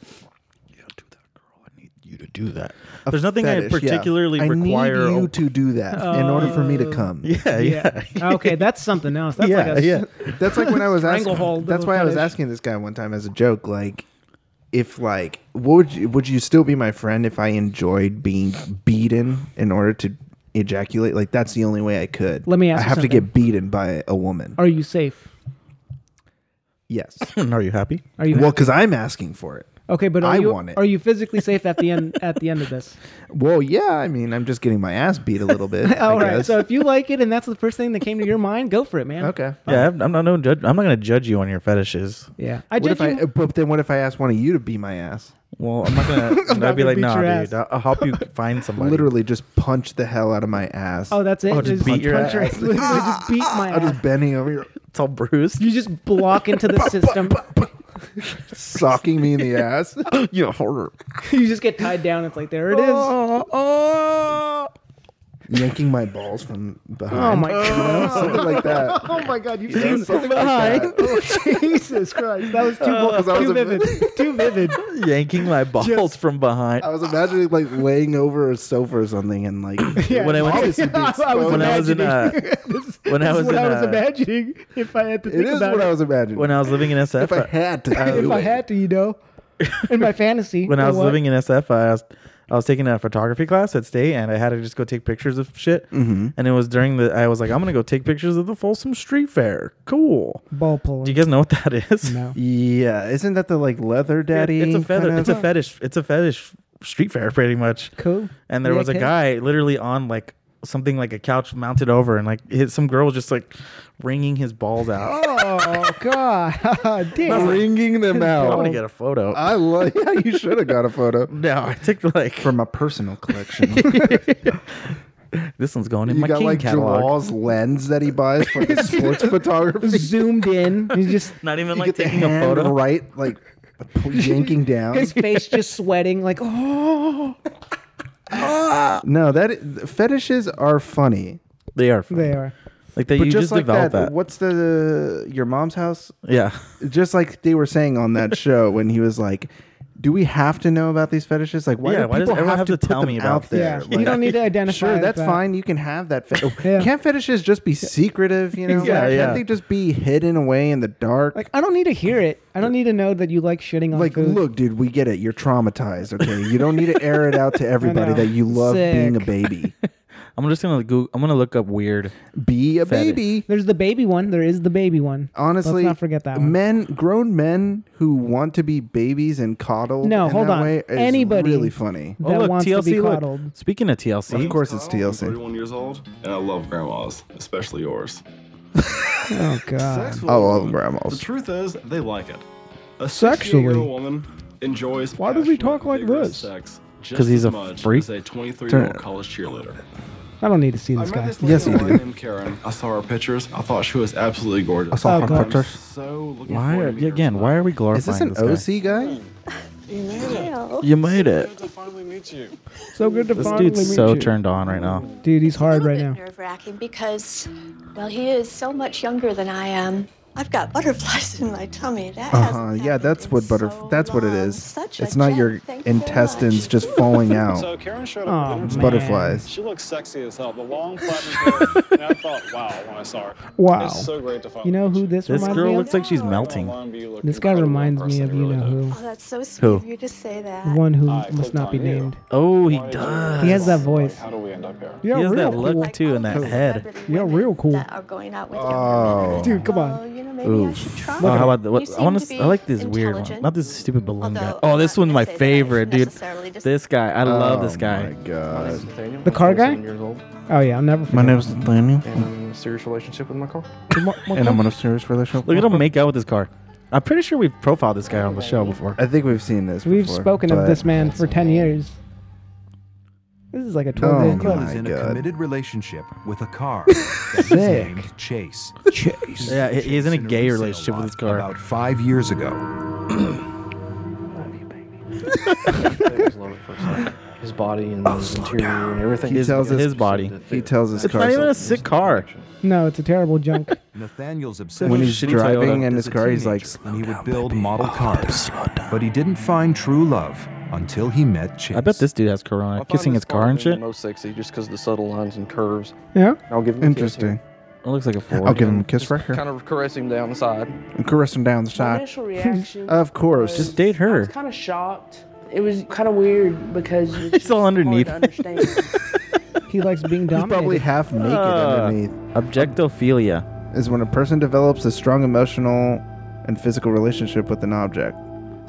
You to do that. There's nothing I fetish, yeah. particularly I require. need a- Uh, you to do that in order for me to come. <laughs> yeah, yeah, <laughs> okay, that's something else. That's yeah, like a yeah. That's like when I <laughs> was asking. Stranglehold That's of why I was fetish. asking this guy one time as a joke, like, if like, what would you, would you still be my friend if I enjoyed being beaten in order to ejaculate? Like, that's the only way I <laughs> could. Let me ask I you have to something. get beaten by a woman. Are you safe? yes. <laughs> Are you happy? Are you well, because I'm asking for it. okay? But are I you want it. are you physically safe at the <laughs> end at the end of this? Well, yeah. I mean, I'm just getting my ass beat a little bit. <laughs> All I right. guess. So if you like it and that's the first thing that came to your mind, go for it, man. okay. Yeah, I'm I'm not no judge. I'm not going to judge you on your fetishes. Yeah. I What judge if I? you. But then, what if I ask one of you to be my ass? Well, I'm <laughs> not going to. I'd be gonna like, beat nah, your ass." dude. I'll <laughs> I'll help you find somebody. Literally, just punch the hell out of my ass. oh, that's it. Oh, just beat your punch ass. <laughs> Literally just beat <laughs> my I'm ass. just bending <laughs> over here, it's all <laughs> bruised. You just block into <laughs> the system. socking me in <laughs> the ass. you know, horror. you just get tied down. It's like there it Oh, is. Oh, yanking my balls from behind. Oh my You god. know, <laughs> something like that. <laughs> Oh my god. You You know, did something like that. Oh, Jesus Christ. That was too, Uh, 'cause I <laughs> too was a- vivid. too vivid. <laughs> Yanking my balls from behind. I was imagining like laying over a sofa or something and <coughs> like When I went <laughs> to- obviously being exposed. when I was in uh, when I That's was what in I was uh, imagining if I had to it think is about what it. I was imagining. <laughs> when I was living in <laughs> SF. if I had to, I if would. I had to, you know, in my fantasy. <laughs> when I you was know what? living in SF, I was I was taking a photography class at state, and I had to just go take pictures of shit. Mm-hmm. And it was during the I was like, I'm gonna go take pictures of the Folsom Street Fair. Cool. ball pulling. Do you guys know what that is? <laughs> no. yeah, isn't that the like leather daddy? It's a feather. kinda- It's a <laughs> fetish. It's a fetish street fair, pretty much. Cool. And there Yeah, was a okay. <laughs> guy literally on like something like a couch mounted over, and like his, some girl was just like wringing his balls out. Oh God, Ah, <laughs> damn! wringing <laughs> them <laughs> I want to out. get a photo. I love. Yeah, you should have got a photo no, I took like from my personal collection. this one's going in you my got king like catalog. Jalaw's lens that he buys for his <laughs> sports photography. Zoomed <laughs> in, he's just Not even You get like the taking a hand photo. right, like pu- <laughs> yanking down. his face just sweating, like oh. No, that i- fetishes are funny. They are. Fun. They are. Like that, But you just, just, like develop that, that. what's the your mom's house? Yeah, Just like they were saying on <laughs> that show when he was like, "Do we have to know about these fetishes? Like, why Yeah, do why does people everyone have, have to, to tell put me them about out there? Yeah, you don't need to identify. Sure, with that's that. fine. You can have <laughs> that. Fe- Yeah. Can't fetishes just be secretive? You know, Yeah, Like, yeah. can't they just be hidden away in the dark? Like I don't need to hear it. I don't need to know that you like shitting on like food. look dude we get it you're traumatized okay you don't need to air <laughs> it out to everybody know. that you love being a Sick. <laughs> baby I'm just gonna Google. I'm gonna look up weird. be a Fetish. baby There's the baby one. There is the baby one. honestly let's not forget that one. men grown men who want to be babies and coddled No, in hold that on. way is Anybody- really funny Oh, that wants to be <clears throat> coddled. Look. Speaking of TLC, of course it's I'm tlc 31 years old, and I love grandmas, especially yours. Oh God. i love The grandmas truth is, they like it. A Sexually? 68-year-old woman enjoys. Why does he passionate, talk like vigorous this? Sex 'Cause because he's a much freak? As a 23-year-old college cheerleader. I don't need to see I this met guy. this lady Yes, he online did. named Karen. I saw her pictures. I thought she was absolutely gorgeous. I saw Oh, her God. pictures. So looking why forward are, to meeting her again? tonight. Why are we glorifying is this an this guy? oc guy You made it. Good to finally meet you. So good to This finally dude's meet so you. turned on right now. Dude, he's hard little right bit now. nerve-wracking because, well, he is so much younger than I am. I've got butterflies in my tummy. That Uh huh. hasn't Yeah, happened that's in what butter. so that's what it long. is. Such a It's not jet. your Thank you very intestines much. just falling <laughs> out. So Karen showed Aw, up. at dinner man. tonight. Butterflies. She looks sexy as hell. The long platinum hair. and I thought, wow, when I saw her. Wow. It's so great to finally You know meet who this, This reminds girl me looks of? like she's melting. Long Beach looked This guy incredible in reminds me person, of he you really know did. who. Oh, that's so sweet Who? of you to say that. One who I must clicked not be on you. named. Oh, he Why did you does. do He has that Like, voice. how do we end up here? You're He has real that cool. look too in that Cool. head. Yeah, real cool. That are going out with younger Oh. men. Dude, come on. Well, you know, maybe I Oof. should try. Oh, it. how about the, You what, I seem want to to. be I like this weird one, intelligent. not this stupid balloon guy. Although, Oh, I'm this not one's gonna my say that I favorite, dude. necessarily dis- This guy, I love this Oh guy. my god. The car guy? Oh yeah, I'll never forget. Nathaniel, and I'm in a serious relationship with my car. and I'm on a serious relationship. <laughs> Look at him make out with his car. I'm pretty sure we've profiled this guy on the show before. I think we've seen this. We've before, spoken but- of this man for ten years. This is like a twelve Oh day club. my in a god! committed relationship with a <laughs> car that's named Chase. Chase. Yeah, he- he's in a Chase gay resale relationship with lot his car. About five years ago. His body Oh, and his interior and everything. He His- tells us his body. He tells his It's car not even a something. sick car. No, it's a terrible junk. Nathaniel's obsession when he's shitty driving Toyota. in as his a car, he's like, teenager, and he would build model cars, but he didn't find true love until he met Chase. I bet this dude has corona. Kissing his car and shit. Most sexy, just because the subtle lines and curves. Yeah. I'll give him. Interesting. It looks like a four. I'll give him a kiss right here. Kind of caress him down the side. And caress him down the My side. initial <laughs> reaction. Of course. was- Just date her. I was kind of shocked. It was kind of weird because it's He's all underneath. <laughs> Hard to understand. He likes being dominated. Probably half naked Ah. underneath. Objectophilia. Is when a person develops a strong emotional and physical relationship with an object.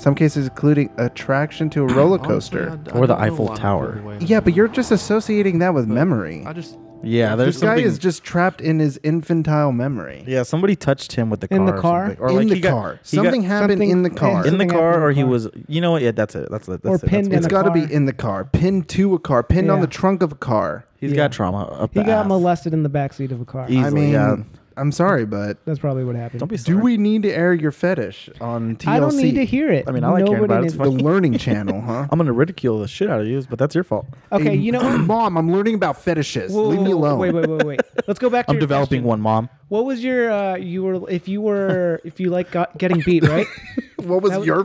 Some cases, including attraction to a roller Oh, coaster. Or the Eiffel Tower. Yeah, but you're just associating that with memory. I just Yeah, there's This guy something. is just trapped in his infantile memory. yeah, somebody touched him with the car. In the or car? something. Or In like the he got- car. he got- Something happened Something- in the car. In the something car, happened or he was. You know what? Yeah, that's it. That's it. That's Or it. That's pinned it. It's got to be in the car, pinned to a car, pinned on Yeah. the trunk of a car. He's got trauma <laughs> up He the got ass. molested in the backseat of a car. Easily, I mean, yeah. I'm sorry, but That's probably what happened. Don't be do we need to air your fetish on TLC? I don't need to hear it. I mean, I like hearing Nobody about it. It's needs- the <laughs> funny. learning channel, huh? I'm gonna ridicule the shit out of you, but that's your fault. Okay, you know. <clears throat> mom, I'm learning about fetishes. Whoa, Leave me whoa, whoa, alone. Wait, wait, wait, wait. Let's go back to I'm your developing question. one, mom. What was your uh you were if you were if you like got, getting beat, <laughs> right? <laughs> What was That was- your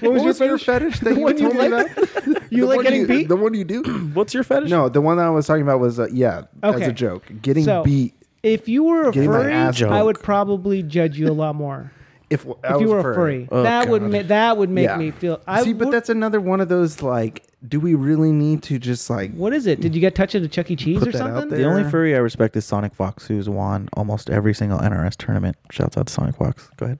<laughs> What was your fetish that The you one you told me like? <laughs> about? You The like one getting you- beat? The one you do? What's your fetish? No, the one that I was talking about was uh, yeah, as Okay. a joke, getting So, beat. If you were a Getting my furry, ass I beat. would probably judge you a lot more. If, <laughs> I if you was Oh, were a furry, that would ma- that would make Yeah. me feel. I See, but would- that's another one of those like, do we really need to just like what is it? Did you get touched at a Chuck E. Cheese Put or that out something? there. The only There. furry I respect is Sonic Fox, who's won almost every single NRS tournament. Shouts out to Sonic Fox. Go ahead.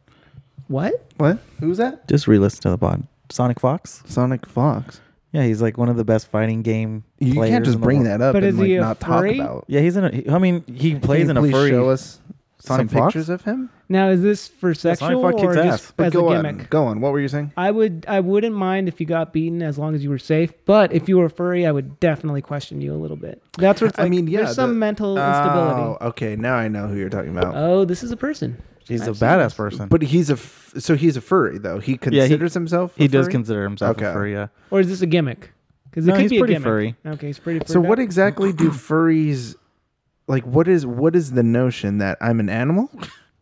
What? what? Who's that? Just re-listen to the pod. Sonic Fox. Sonic Fox. Yeah, he's like one of the best fighting game. You players can't just in the bring world. that up But and is like he a not talk furry? about. Yeah, he's in. A, I mean, he plays Can you in a please furry. Show us Sonic some Fox? pictures of him. Now is this for sexual Fox or kicks ass. just But as a go gimmick? on, go on. What were you saying? I would I wouldn't mind if you got beaten as long as you were safe, but if you were furry, I would definitely question you a little bit. That's where it's I like, mean, yeah, there's some the- mental instability. Oh, okay. Now I know who you're talking about. Oh, this is a person. He's a I've seen badass this. person. But he's a f- so he's a furry though. He yeah, he- considers himself. A He does furry? consider himself a Okay. furry. Yeah. Or is this a gimmick? Because it No, could he's be pretty a gimmick. furry. Okay, he's pretty. So furred what out. exactly <clears throat> do furries like? What is what is the notion that I'm an animal?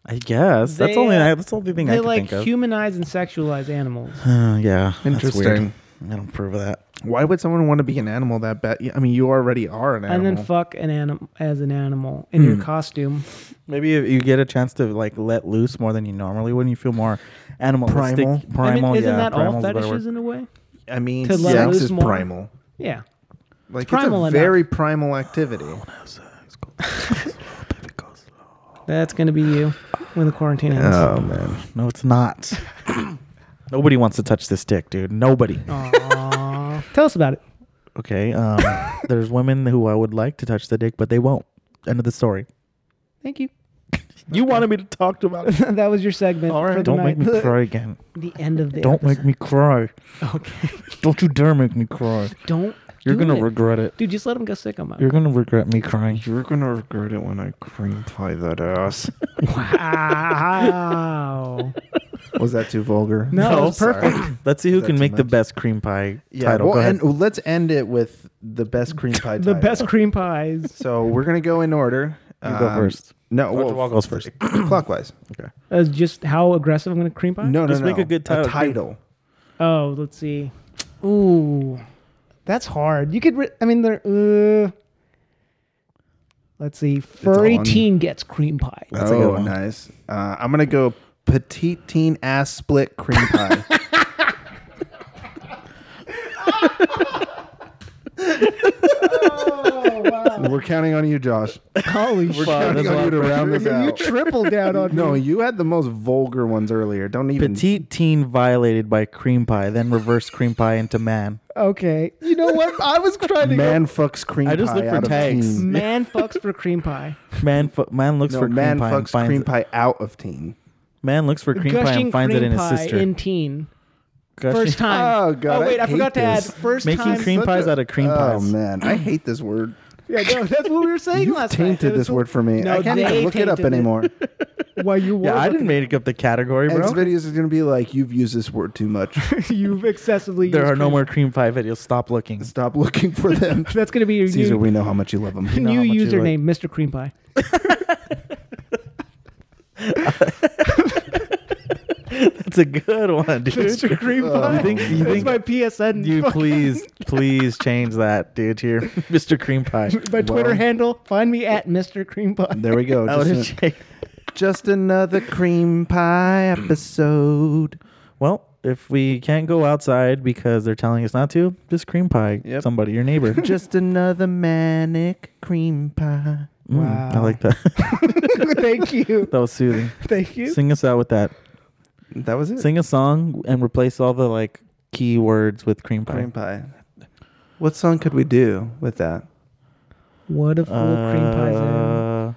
I guess that's They, only uh, that's the only thing I They can like think of. humanize and sexualize animals. Uh, <sighs> yeah. That's weird. Interesting. I don't approve of that. Why would someone want to be an animal that bad? I mean, you already are an animal. And then fuck an animal as an animal in Hmm. your costume. Maybe if you get a chance to like let loose more than you normally would, and you feel more animalistic. Primal. primal I mean, isn't yeah, that all primal's a better word. fetishes in a way? I mean, To let sex loose is more? primal. Yeah. Like it's, primal a enough. very primal activity. That's gonna be you when the quarantine ends. Uh. Oh, man, No, it's not. <coughs> Nobody wants to touch this dick, dude. Nobody. Aw. Tell us about it. Okay. <laughs> Um, there's women who I would like to touch the dick, but they won't. End of the story. Thank you. You wanted me to talk about it. that was your segment. for the <laughs> Don't night. make <laughs> me cry again. The end of the. Don't make episode. me cry. <laughs> Don't you dare make me cry. Don't. You're do gonna it. regret it. Dude, just let him go sick on my. You're gonna regret me crying. you're gonna regret it when I cream pie that ass. Wow. <laughs> Was that too vulgar? No, it was perfect. <clears throat> Let's see who that can too make the much? best cream pie Yeah, title. well, Go ahead. and let's end it with the best <laughs> cream <laughs> pie. The title. best cream pies. So we're gonna go in order. Um, You go first. No, Dr. well, Wall goes first. <clears throat> clockwise. okay. That's just how aggressive I'm gonna cream pie. No, no, Just no. make a good title. title. Oh, let's see. Ooh, that's hard. You could. Re- I mean, there. Uh, let's see. Furry on- teen gets cream pie. That's a good oh, one. nice. Uh, I'm gonna go petite teen ass split cream <laughs> pie. Oh, We're counting on you, Josh. Holy We're shit! counting on you to round this You out. triple down on no, me. you had the most vulgar ones earlier. Don't even. Petite teen violated by cream pie, then reverse cream pie into man. Okay. You know what? I was trying to go- Man fucks cream pie. I just look for out of tags. teen. Man fucks for cream pie. Man, fu- man looks No, for cream man pie and fucks finds cream it. pie out of teen. Man looks for <laughs> cream pie Gushing and finds it cream in his pie sister. in teen. Gushing- First time. Oh, God, Oh wait, I, I forgot to hate add this. first Making time. cream pies out of cream Oh pies. man, I hate this word. Yeah, no, that's what we were saying You've last night. It tainted was this the- word for me. No, I can't they even look it up tainted anymore. Why you? were <laughs> Yeah, I didn't looking- make up the category, Next bro. videos is gonna be like, you've used this word too much. <laughs> You've excessively. There used are no cream- more cream pie videos. Stop looking. <laughs> Stop looking for them. That's gonna be your Caesar, new, we know how much you love <laughs> them. know how new much you like- username, Mr. Cream <laughs> Pie. That's a good one, dude. Mr. Green You Pie. think, you That's think my PSN. <laughs> you fucking- <laughs> please, please change that, dude, to your <laughs> Mr. Cream Pie. My Twitter Well, handle. Find me at Mr. Cream Pie. <laughs> <laughs> There we go. I would've Just, a- just another cream pie episode. Well, if we can't go outside because they're telling us not to, just cream pie somebody, <laughs> your neighbor. just another manic cream pie. Mm, I Wow. like that. <laughs> Thank you. that was soothing. <laughs> Thank you. Sing us out with that. That was it. Sing a song and replace all the like key words with cream pie. Cream pie. What song could we do with that? What a fool cream pie's in. Uh,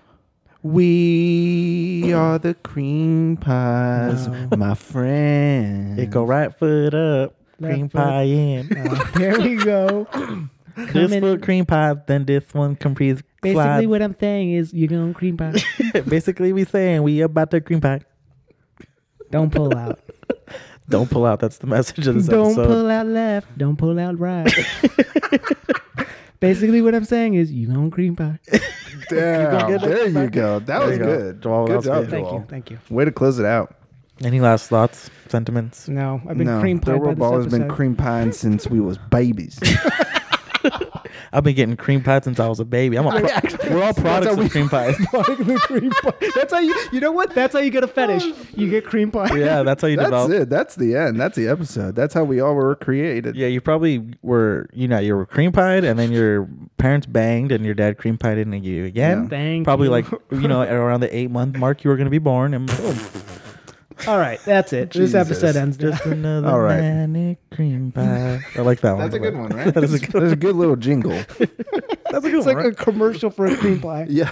We are the cream pies, my friend. it go <laughs> right foot up, Left cream foot. pie in. Uh, <laughs> there we go. <coughs> this in- foot cream pie, then this one complete Basically, slide. <laughs> what I'm saying is, you don't cream pie. Basically, we saying we about the cream pie. Don't <laughs> pull out. Don't pull out. That's the message of this don't episode. pull out left. Don't pull out right. <laughs> <laughs> Basically, what I'm saying is, you don't cream pie. Damn, there you go. That There was you go. good. Joel, that good was job, good. Thank Joel. you. Thank you. Way to close it out. Any last thoughts, sentiments? No, I've been no, cream pie there by were this always episode. been cream pie since we was babies. I've been getting cream pie since I was a baby. <laughs> I'm a pro- we're all products of <laughs> cream pies. Barbecue cream pie. That's how you. You know what? That's how you get a fetish. You get cream pie. <laughs> yeah, that's how you That's develop. it. That's the end. That's the episode. That's how we all were created. Yeah, you probably were, you know, you were cream pied, and then your parents banged, and your dad cream pied into you again. Yeah. Thank probably you. like, you know, around the eight month mark, you were going to be born, and boom, <laughs> All right, that's it. Jesus. This episode ends. now. <laughs> just another All right. manic cream pie. I like that one. That's a good one, right? that is a good. There's a good little jingle. <laughs> That's a good It's one. like <laughs> a commercial for a cream pie, <laughs> Yeah.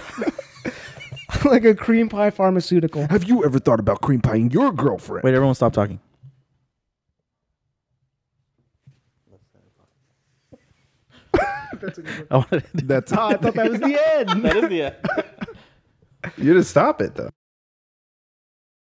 <laughs> like a cream pie <laughs> pharmaceutical. Have you ever thought about cream pieing your girlfriend? Wait, everyone, stop talking. I wanted to <laughs> That's Ah, I thought that was the end. you just stop it though.